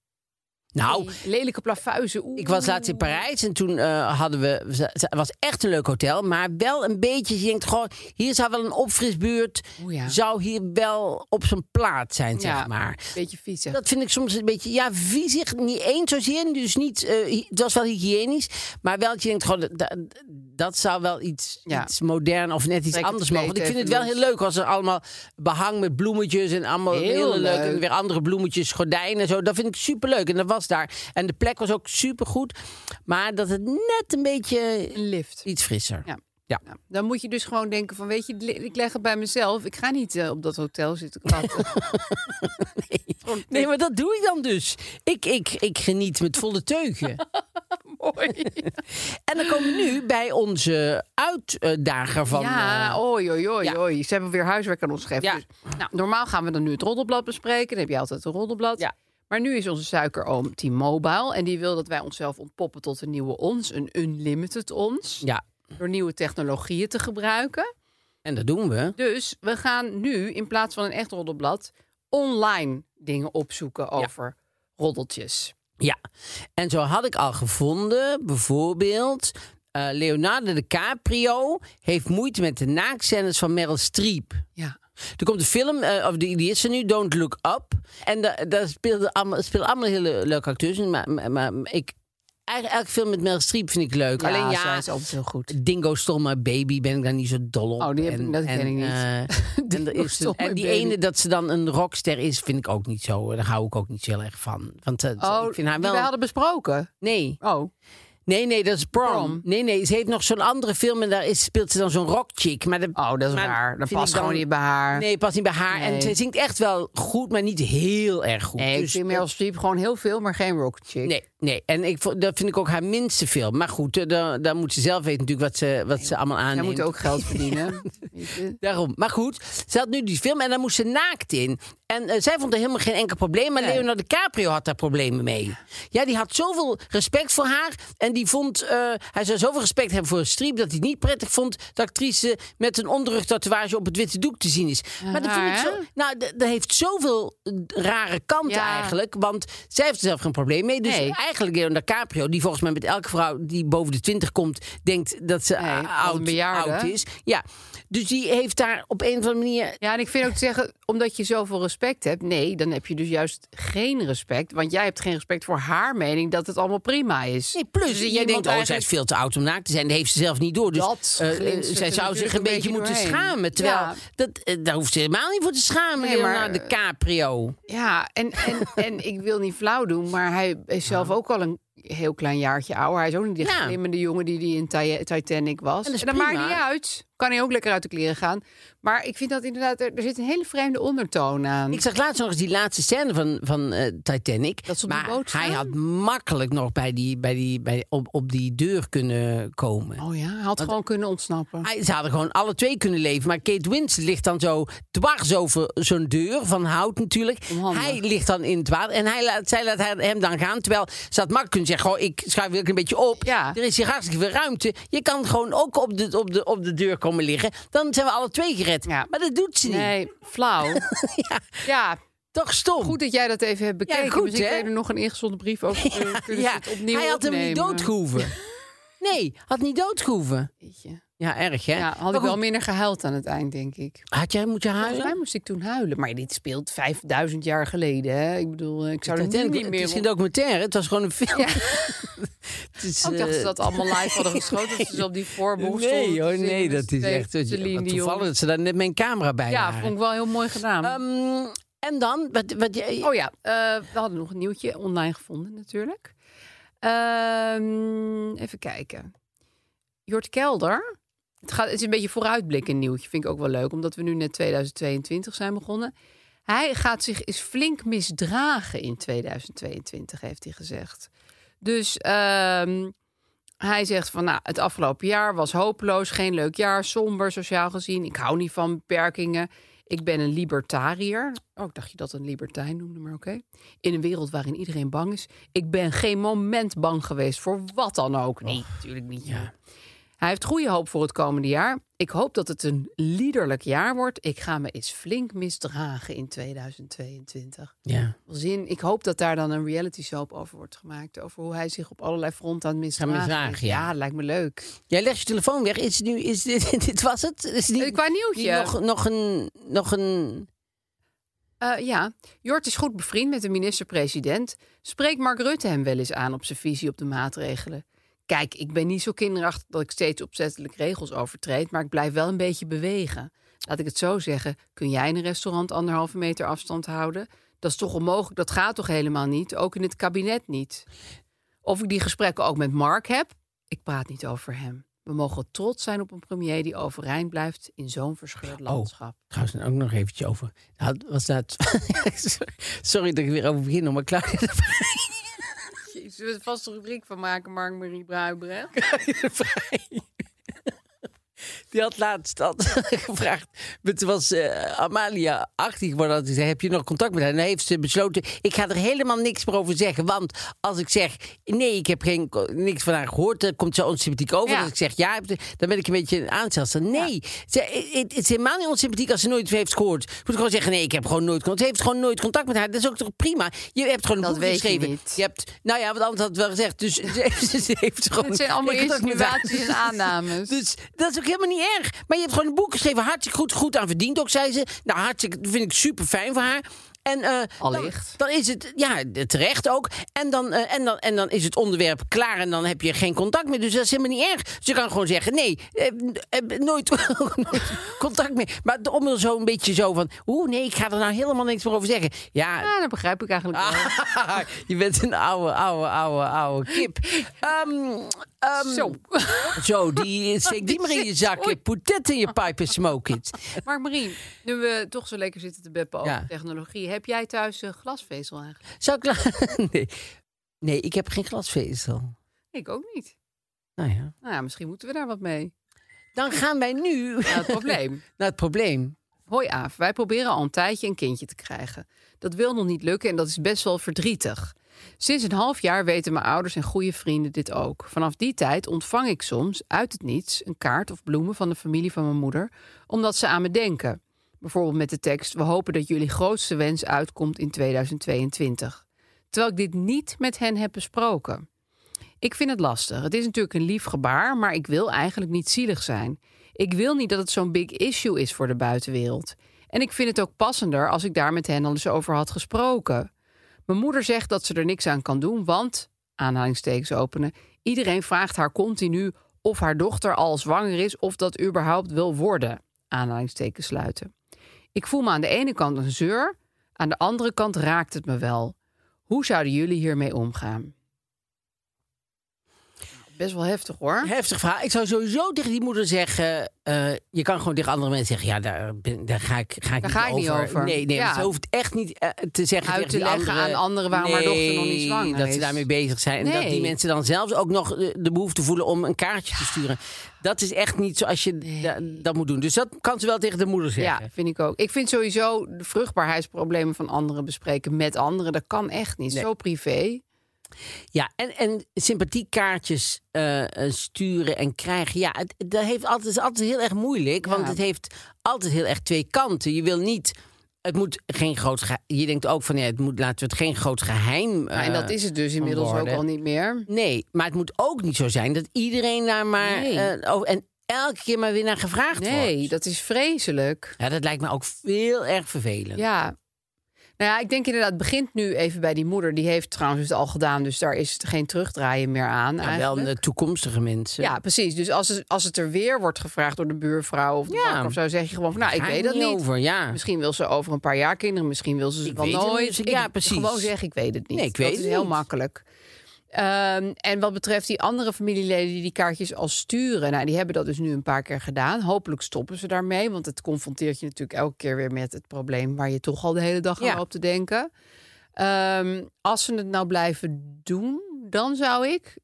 Nou, Die lelijke plafuizen, oeh. Ik was laatst in Parijs en toen eh, hadden we. ze- ze- Het was echt een leuk hotel, maar wel een beetje. Je denkt gewoon, hier zou wel een opfrisbuurt. Oeh, Oh ja. Zou hier wel op zijn plaats zijn, Ja. zeg maar. Beetje viezig. Dat vind ik soms een beetje. Ja, viezig niet eens zozeer. Dus niet. eh, hy- het was wel hygiënisch, maar wel dat je denkt gewoon. dat- Dat, dat zou wel iets, Ja. iets modern of net iets Trek het anders mogen. Want ik kleed vind het even wel heel los. leuk als er allemaal behang met bloemetjes en allemaal Heel heel leuk. En leuk. weer andere bloemetjes, gordijnen en zo. Dat vind ik superleuk. En dat was daar. En de plek was ook supergoed. Maar dat het net een beetje Een lift. iets frisser. Ja. Ja. Nou, dan moet je dus gewoon denken van, weet je, ik leg het bij mezelf. Ik ga niet eh, op dat hotel zitten klappen. Nee, maar dat doe ik dan dus. Ik, ik, ik geniet met volle teugen. Mooi. En dan komen we nu bij onze uitdager van... eh, ja, oi, oi, oi, ja. oi. Ze hebben weer huiswerk aan ons gegeven. Ja. Dus, nou, normaal gaan we dan nu het roddelblad bespreken. Dan heb je altijd een roddelblad. Ja. Maar nu is onze suikeroom T-Mobile. En die wil dat wij onszelf ontpoppen tot een nieuwe ons. Een unlimited ons. Ja, Door nieuwe technologieën te gebruiken. en dat doen we. Dus we gaan nu in plaats van een echt roddelblad... online dingen opzoeken over roddeltjes. Ja. En zo had ik al gevonden, bijvoorbeeld... eh, Leonardo DiCaprio heeft moeite met de naaktscènes van Meryl Streep. Ja. Er komt een film, eh, of die, die is er nu, Don't Look Up. En da- daar speelden allemaal, spelen allemaal hele leuke acteurs in. Maar, maar, maar ik, eigenlijk elke film met Meryl Streep vind ik leuk. Alleen ja, zij is altijd heel goed. Dingo stol my baby ben ik daar niet zo dol op. Oh, die heb ik- dat ken ik niet. eh, en, er Dingo is, Stole My en die Baby. ene dat ze dan een rockster is, vind ik ook niet zo. Daar hou ik ook niet zo heel erg van. Want eh, Oh, ik vind haar die wel... we hadden besproken. Nee, Oh, nee, nee, dat is prom. Prom. Nee, nee, ze heeft nog zo'n andere film en daar is, speelt ze dan zo'n rockchick. Maar dat, oh dat is maar raar. Dat vind past ik dan- gewoon niet bij haar. Nee, past niet bij haar. Nee. En ze zingt echt wel goed, maar niet heel erg goed. Nee, ik Dus- zie Meryl Streep gewoon heel veel, maar geen rock chick. Nee, nee. en ik, vo- dat vind ik ook haar minste film. Maar goed, eh, dan, dan moet ze zelf weten natuurlijk wat ze, wat ze allemaal Zij aanneemt. moet ook geld verdienen. Weet je? Daarom. Maar goed, ze had nu die film en daar moest ze naakt in. En eh, zij vond er helemaal geen enkel probleem. Maar Nee. Leonardo DiCaprio had daar problemen mee. Ja, die had zoveel respect voor haar. En die vond, eh, hij zou zoveel respect hebben voor Streep... dat hij het niet prettig vond dat actrice met een onderrug tatoeage op het witte doek te zien is. maar dat vind raar, ik zo... hè? Nou, d- dat heeft zoveel eh, rare kanten Ja. eigenlijk. Want zij heeft er zelf geen probleem mee. Dus Nee. eigenlijk Leonardo DiCaprio, die volgens mij met elke vrouw... die boven de twintig komt, denkt dat ze Nee, eh, als een oud, bejaarde. oud is is. Ja, dus die heeft daar op een of andere manier. Ja, en ik vind ook te zeggen, omdat je zoveel respect hebt... nee, dan heb je dus juist geen respect. Want jij hebt geen respect voor haar mening dat het allemaal prima is. Nee, plus, Dus jij je denkt, denkt oh, zij is eigenlijk- veel te oud om naakt te zijn. Dat heeft ze zelf niet door. Dus Dat eh, glinstert zij er zou zich natuurlijk een een beetje beetje moeten doorheen. schamen. Terwijl, Ja. dat, eh, daar hoeft ze helemaal niet voor te schamen. Nee, maar- eh, hm. maar de Caprio. Ja, en, en, en ik wil niet flauw doen, maar hij is zelf ook al een heel klein jaartje ouder. Hij is ook niet die Ja. glimmende jongen die, die in Ti- Titanic was. En dat is maakt prima. niet uit. Kan hij ook lekker uit de kleren gaan. Maar ik vind dat inderdaad, er, er zit een hele vreemde ondertoon aan. Ik zag laatst nog eens die laatste scène van, van eh, Titanic. Dat ze op die maar boot staan? hij had makkelijk nog bij die, bij die, bij, op, op die deur kunnen komen. Oh ja, hij had gewoon kunnen ontsnappen. Hij- Ze hadden gewoon alle twee kunnen leven. Maar Kate Winslet ligt dan zo dwars over zo'n deur van hout natuurlijk. Onhandig. Hij ligt dan in het water en hij laat, zij laat haar- hem dan gaan. Terwijl ze had makkelijk kunnen zeggen, goh, ik schuif wil ik een beetje op. Ja. Er is hier hartstikke veel ruimte. Je kan gewoon ook op de, op, de, op de deur komen liggen. Dan zijn we alle twee gered. Ja. Maar dat doet ze niet. Nee, flauw. Ja, ja, toch stom. goed dat jij dat even hebt bekeken. Ja, goed, Misschien kun je hè? er nog een ingezonden brief over kunnen- kunnen ze het opnieuw hij had hem niet opnemen. doodgehoeven. Nee, had niet doodgehoeven. Jeetje. Ja, erg hè? Ja, had Maar ik wel goed, minder gehuild aan het eind, denk ik. Had jij moeten Volgens huilen? mij moest ik toen huilen. Maar dit speelt 5000 jaar geleden. Hè? Ik bedoel, eh, ik zou er nu Titanic, niet meer... Het is geen documentaire, het was gewoon een film. Het is, Ook Oh, dacht eh, ze dat allemaal live hadden geschoten. Dat ze ze op die voorboeg Nee, stonden hoor, te nee, zingen. dat is Steef, echt... dat je- Celine wat Dion. Toevallig dat ze daar net mijn camera bij Ja, waren. vond ik wel heel mooi gedaan. Ehm, en dan? Wat, wat, jij- oh ja, eh, we hadden nog een nieuwtje online gevonden natuurlijk. Ehm, even kijken. Jort Kelder. Het, gaat, het is een beetje vooruitblikken nieuwtje. Vind ik ook wel leuk, omdat we nu net 2022 zijn begonnen. Hij gaat zich eens flink misdragen in 2022, heeft hij gezegd. Dus ehm, hij zegt van, nou, het afgelopen jaar was hopeloos, geen leuk jaar, somber sociaal gezien. Ik hou niet van beperkingen. Ik ben een libertariër. Oh, ik dacht je dat een libertijn noemde, maar oké. In een wereld waarin iedereen bang is. Ik ben geen moment bang geweest voor wat dan ook. Nee, natuurlijk niet. Ja. Hij heeft goede hoop voor het komende jaar. Ik hoop dat het een liederlijk jaar wordt. Ik ga me eens flink misdragen in 2022 ja. wel zin. Ik hoop dat daar dan een reality soap over wordt gemaakt. Over hoe hij zich op allerlei fronten aan het misdragen is. misdragen, ja. lijkt me leuk. Jij legt je telefoon weg. Is, het nu, is dit, dit was het? Is het Eh, Qua nieuwtje. niet nog, nog een... Nog een Eh, ja, Jort is goed bevriend met de minister-president. Spreekt Mark Rutte hem wel eens aan op zijn visie op de maatregelen? Kijk, ik ben niet zo kinderachtig dat ik steeds opzettelijk regels overtreed, maar ik blijf wel een beetje bewegen. Laat ik het zo zeggen: kun jij in een restaurant anderhalve meter afstand houden? Dat is toch onmogelijk? Dat gaat toch helemaal niet? Ook in het kabinet niet. Of ik die gesprekken ook met Mark heb? Ik praat niet over hem. We mogen trots zijn op een premier die overeind blijft in zo'n verscheurd landschap. Trouwens, dan ook nog eventjes over. Nou, het was dat... Sorry dat ik weer over begin, maar Claudia de Vrij- Jezus, we er vast een rubriek van maken, Mark-Marie Bruibrecht. Claudia de Vrij. Die had laatst had gevraagd. Het was eh, Amalia 18 geworden. Had ik zei, heb je nog contact met haar? En dan heeft ze besloten, ik ga er helemaal niks meer over zeggen. Want als ik zeg, nee, ik heb geen, ko- niks van haar gehoord. Dan komt ze onsympathiek over. Ja. Als ik zeg, ja, heb je- dan ben ik een beetje een aanzelster. Nee, ze, het, het is helemaal niet onsympathiek als ze nooit heeft gehoord. Moet ik gewoon zeggen, nee, ik heb gewoon nooit contact. Ze heeft gewoon nooit contact met haar. Dat is ook toch prima? Je hebt gewoon een Dat boek weet je geschreven. niet. hebt, nou ja, want anders had het wel gezegd. Dus ze, ze heeft gewoon... Het zijn allemaal geen contact met haar. insinuaties en aannames. Dus dat is ook helemaal niet erg. Maar je hebt gewoon een boek geschreven. Hartstikke goed, goed aan verdiend ook, zei ze. Nou, hartstikke, dat vind ik super fijn voor haar. En, eh, Allicht. Dan, dan is het, ja, terecht ook. En dan, eh, en, dan, en dan is het onderwerp klaar en dan heb je geen contact meer. Dus dat is helemaal niet erg. Dus je kan gewoon zeggen, nee, eh, eh, nooit, nooit contact meer. Maar om er zo een beetje zo van, oeh, nee, ik ga er nou helemaal niks meer over zeggen. Ja, Ja, dat begrijp ik eigenlijk wel. Ah, je bent een oude, oude, oude, oude kip. Ehm, ehm, Zo. Zo, die, steek die maar in je zak. Put that in je pipe and smoke it. Mark-Marie, nu we toch zo lekker zitten te beppen over Ja. technologie... heb jij thuis een glasvezel eigenlijk? Zou ik... la- Nee. nee, ik heb geen glasvezel. Ik ook niet. Nou ja. Nou ja, misschien moeten we daar wat mee. Dan gaan wij nu Ja, het probleem. naar het probleem. Hoi Aaf, wij proberen al een tijdje een kindje te krijgen. Dat wil nog niet lukken en dat is best wel verdrietig. Sinds een half jaar weten mijn ouders en goede vrienden dit ook. Vanaf die tijd ontvang ik soms, uit het niets, een kaart of bloemen van de familie van mijn moeder, omdat ze aan me denken. Bijvoorbeeld met de tekst: We hopen dat jullie grootste wens uitkomt in 2022. Terwijl ik dit niet met hen heb besproken. Ik vind het lastig. Het is natuurlijk een lief gebaar, maar ik wil eigenlijk niet zielig zijn. Ik wil niet dat het zo'n big issue is voor de buitenwereld. En ik vind het ook passender als ik daar met hen al eens over had gesproken. Mijn moeder zegt dat ze er niks aan kan doen, want, aanhalingstekens openen, iedereen vraagt haar continu of haar dochter al zwanger is of dat überhaupt wil worden. Aanhalingstekens sluiten. Ik voel me aan de ene kant een zeur, aan de andere kant raakt het me wel. Hoe zouden jullie hiermee omgaan? Best wel heftig hoor. Heftig verhaal. Ik zou sowieso tegen die moeder zeggen... eh, je kan gewoon tegen andere mensen zeggen... ja, daar, ben- daar ga ik, ga ik, Daar niet, ga ik niet over. over. Nee, nee Ja. want ze hoeft echt niet eh, te zeggen... Uit tegen te die leggen anderen, aan anderen waarom haar dochter nog niet nee, zwanger dat is. ze daarmee bezig zijn. En dat die Nee. mensen dan zelfs ook nog eh, de behoefte voelen... om een kaartje te sturen. Dat is echt niet zoals je da- dat moet doen. Dus dat kan ze wel tegen de moeder zeggen. Ja, vind ik ook. Ik vind sowieso de vruchtbaarheidsproblemen van anderen bespreken met anderen, dat kan echt niet. Zo privé. Ja, en, en sympathiekaartjes eh, eh, sturen en krijgen. Ja, het, dat heeft altijd, is altijd heel erg moeilijk. Want Ja. het heeft altijd heel erg twee kanten. Je wil niet. Het moet geen groot geheim. Je denkt ook van ja, het moet, laten we het geen groot geheim. Nou, en dat eh, is het dus inmiddels ook worden. al niet meer. Nee, maar het moet ook niet zo zijn dat iedereen daar maar. Nee. eh, over- en elke keer maar weer naar gevraagd wordt. Nee, dat is vreselijk. Ja, dat lijkt me ook heel erg vervelend. Ja. Nou ja, ik denk inderdaad, het begint nu even bij die moeder. Die heeft trouwens het al gedaan, dus daar is het geen terugdraaien meer aan. Ja, wel eigenlijk. de toekomstige mensen. Ja, precies. Dus als het, als het er weer wordt gevraagd door de buurvrouw of de Ja. bakker of zo, zeg je gewoon van, nou, ik Ga weet je dat niet. over, ja. Misschien wil ze over een paar jaar kinderen, misschien wil ze ze Ik wel weet het nooit. niet. Ja, precies. Gewoon zeggen, ik weet het niet. Nee, ik dat weet is het heel niet. makkelijk. Ehm, en wat betreft die andere familieleden die die kaartjes al sturen, nou, die hebben dat dus nu een paar keer gedaan. Hopelijk stoppen ze daarmee, want het confronteert je natuurlijk elke keer weer met het probleem waar je toch al de hele dag aan Ja. loopt te denken. Ehm, als ze het nou blijven doen, dan zou ik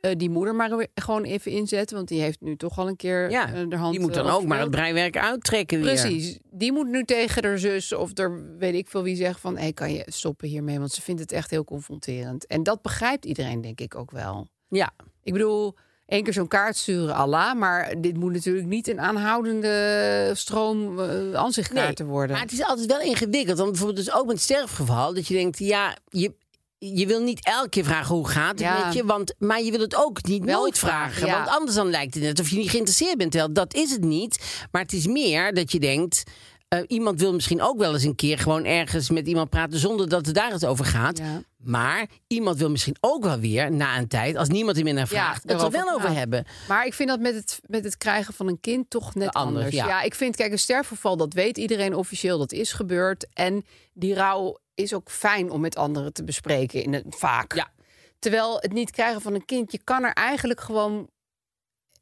eh, die moeder maar weer gewoon even inzetten, want die heeft nu toch al een keer Ja, eh, de hand. die moet dan eh, ook maar het opgespeeld. breiwerk uittrekken weer. Precies. Die moet nu tegen haar zus of er weet ik veel wie zeggen van... hé, kan je stoppen hiermee? Want ze vindt het echt heel confronterend. En dat begrijpt iedereen denk ik ook wel. Ja. Ik bedoel, één keer zo'n kaart sturen, Allah. Maar dit moet natuurlijk niet een aanhoudende stroom eh, aanzichtkaarten worden. Maar het is altijd wel ingewikkeld. Want bijvoorbeeld dus ook met sterfgeval. Dat je denkt, ja, je, je wil niet elke keer vragen hoe gaat het Ja. met je. Want, maar je wil het ook niet Wel nooit vragen, vragen. ja. Want anders dan lijkt het net of je niet geïnteresseerd bent. Wel, dat is het niet. Maar het is meer dat je denkt... eh, iemand wil misschien ook wel eens een keer gewoon ergens met iemand praten zonder dat het daar het over gaat. Ja. Maar iemand wil misschien ook wel weer na een tijd, als niemand hem in haar Ja, vraagt, het er erover wel over praten. hebben. Maar ik vind dat met het, met het krijgen van een kind toch net Anders, anders. ja. ik vind, kijk, een sterfgeval, dat weet iedereen officieel, dat is gebeurd. En die rouw is ook fijn om met anderen te bespreken, in het, vaak. Ja. Terwijl het niet krijgen van een kind, je kan er eigenlijk gewoon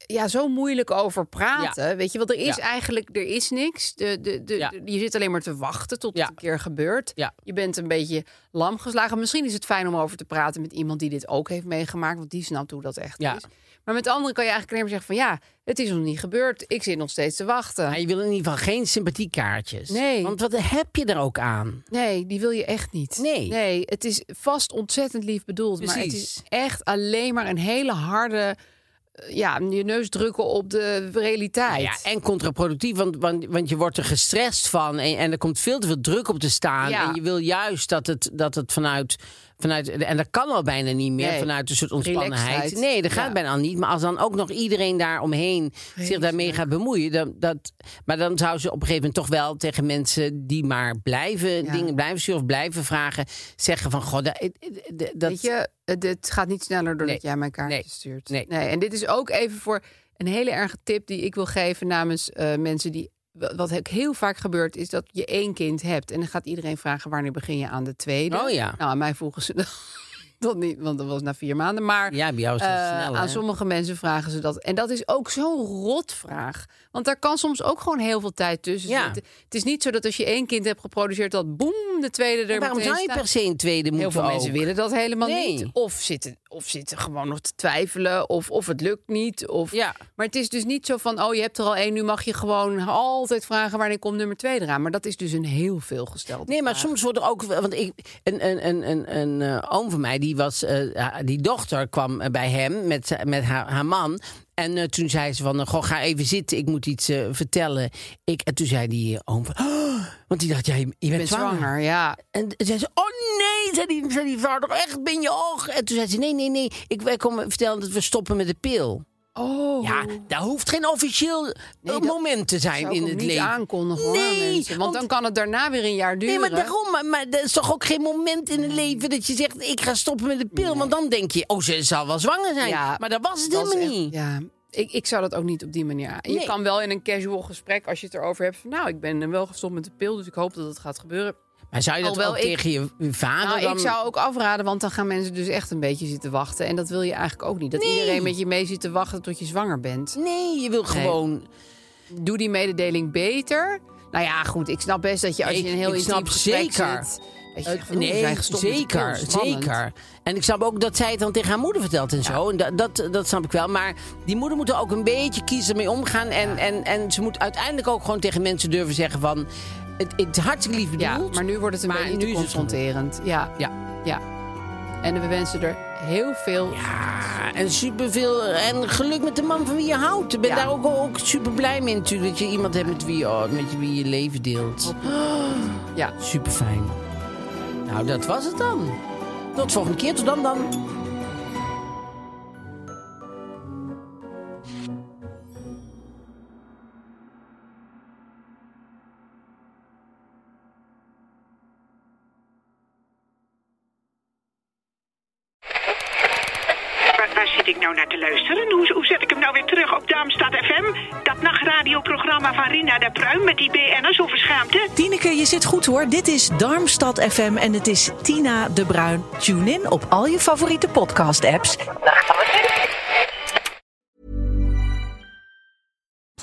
ja, zo moeilijk over praten. Weet je, want er is Ja. eigenlijk er is niks. De, de, de, Ja. de- je zit alleen maar te wachten tot Ja. het een keer gebeurt. Ja. Je bent een beetje lam geslagen. Misschien is het fijn om over te praten met iemand die dit ook heeft meegemaakt, want die snapt hoe dat echt Ja. is. Maar met anderen kan je eigenlijk alleen maar zeggen van ja, het is nog niet gebeurd. Ik zit nog steeds te wachten. Maar je wil in ieder geval geen sympathiekaartjes. Nee. Want wat heb je er ook aan? Nee, die wil je echt niet. Nee. Nee, het is vast ontzettend lief bedoeld. Maar het is Precies. echt alleen maar een hele harde... eh, Ja, je neus drukken op de realiteit. Ja, en contraproductief, want, want, want je wordt er gestrest van en, en er komt veel te veel druk op te staan. Ja. En je wil juist dat het, dat het vanuit, vanuit, en dat kan al bijna niet meer, Nee. vanuit een soort ontspannenheid. Relaxedheid. Nee, dat gaat Ja. bijna al niet. Maar als dan ook nog iedereen daar omheen zich daarmee gaat bemoeien, dan, dat, maar dan zou ze op een gegeven moment toch wel tegen mensen die maar blijven, Ja. dingen blijven sturen of blijven vragen, zeggen van, god, dat, dat Weet je, het, het gaat niet sneller doordat Nee. jij mijn kaartje Nee. stuurt. Nee. En dit is ook even voor een hele erge tip die ik wil geven namens eh, mensen die... wa- Wat ook heel vaak gebeurt, is dat je één kind hebt. En dan gaat iedereen vragen, wanneer begin je aan de tweede? Oh ja. Nou, aan mij vroegen ze dat, dat niet, want dat was na vier maanden. Maar ja, bij jou is dat Eh, snel. aan hè? sommige mensen vragen ze dat. En dat is ook zo'n rotvraag. Want daar kan soms ook gewoon heel veel tijd tussen Ja. zitten. Het is niet zo dat als je één kind hebt geproduceerd... dat boem, de tweede er Waarom meteen zou je staat. per se een tweede moeten Heel veel mensen ook? willen dat helemaal Nee. niet. Of zitten, of zitten gewoon nog te twijfelen. Of, of het lukt niet. Of... Ja. Maar het is dus niet zo van... oh, je hebt er al één, nu mag je gewoon altijd vragen... wanneer komt nummer twee eraan? Maar dat is dus een heel veelgestelde Nee, maar vraag. soms wordt er ook. Want ik, een, een, een, een, een eh, oom van mij, die, was, eh, ha- die dochter kwam eh, bij hem met, z- met haar, haar man. En eh, toen zei ze van, eh, goh, ga even zitten, ik moet iets eh, vertellen. Ik, en toen zei die eh, oom van, "Oh," want die dacht, ja, je, je bent, Ik ben zwanger, zwanger. ja. En toen zei ze, oh nee, zei die, zei die vrouw, toch echt, ben je oog? En toen zei ze, nee, nee, nee, ik, wij komen vertellen dat we stoppen met de pil. Oh. Ja, daar hoeft geen officieel eh, dat moment te zijn zou ik in ook het niet leven. aankondigen hoor, Nee, mensen. Want, dan kan het daarna weer een jaar duren. Nee, maar daarom. Maar, maar er is toch ook geen moment in het leven dat je zegt: ik ga stoppen met de pil. Want dan denk je: oh, ze zal wel zwanger zijn. Ja, maar dat was het Dat is helemaal echt- niet. Ja, ik, ik zou dat ook niet op die manier. aan- Je Nee. kan wel in een casual gesprek, als je het erover hebt, van nou, ik ben wel gestopt met de pil, dus ik hoop dat het gaat gebeuren. Maar zou je dat Alhoewel ook ik- tegen je je vader Nou, Ah, dan... ik zou ook afraden, want dan gaan mensen dus echt een beetje zitten wachten. En dat wil je eigenlijk ook niet. Dat Nee. iedereen met je mee zit te wachten tot je zwanger bent. Nee, je wil gewoon... Doe die mededeling beter. Nou ja, goed, ik snap best dat je als Ik- je in een heel ik intiem snap gesprek zeker. zit... dat je zegt van, oeh, we nee, zijn gestopt met de pil, zeker, spannend. zeker. En ik snap ook dat zij het dan tegen haar moeder vertelt en zo. En dat, dat, dat snap ik wel. Maar die moeder moet er ook een beetje kiezen mee omgaan. En, en, en ze moet uiteindelijk ook gewoon tegen mensen durven zeggen van... Het, het is hartstikke lief Ja, bedoeld. maar nu wordt het een maar beetje nu te is het- confronterend. Ja, Ja. ja. En we wensen er heel veel Ja, Ah, en superveel. En geluk met de man van wie je houdt. Ik ben Ja. daar ook, ook super blij mee natuurlijk. Dat je iemand hebt met wie je, oh, met wie je leven deelt. Ja. Super fijn. Nou, dat was het dan. Tot volgende keer. Tot dan dan. ik nou naar te luisteren? Hoe, hoe zet ik hem nou weer terug op Darmstad FM? Dat nachtradioprogramma van Rina de Pruim met die BN'ers over schaamte? Tineke, je zit goed hoor. Dit is Darmstad FM en het is Tina de Bruin. Tune in op al je favoriete podcast-apps.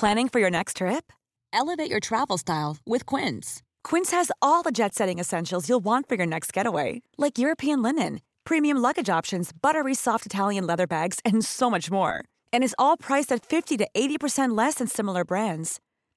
Planning for your next trip? Elevate your travel style with Quince. Quince has all the jet setting essentials you'll want for your next getaway, like European linen, premium luggage options, buttery soft Italian leather bags, and so much more. And is all priced at 50 to 80% less than similar brands.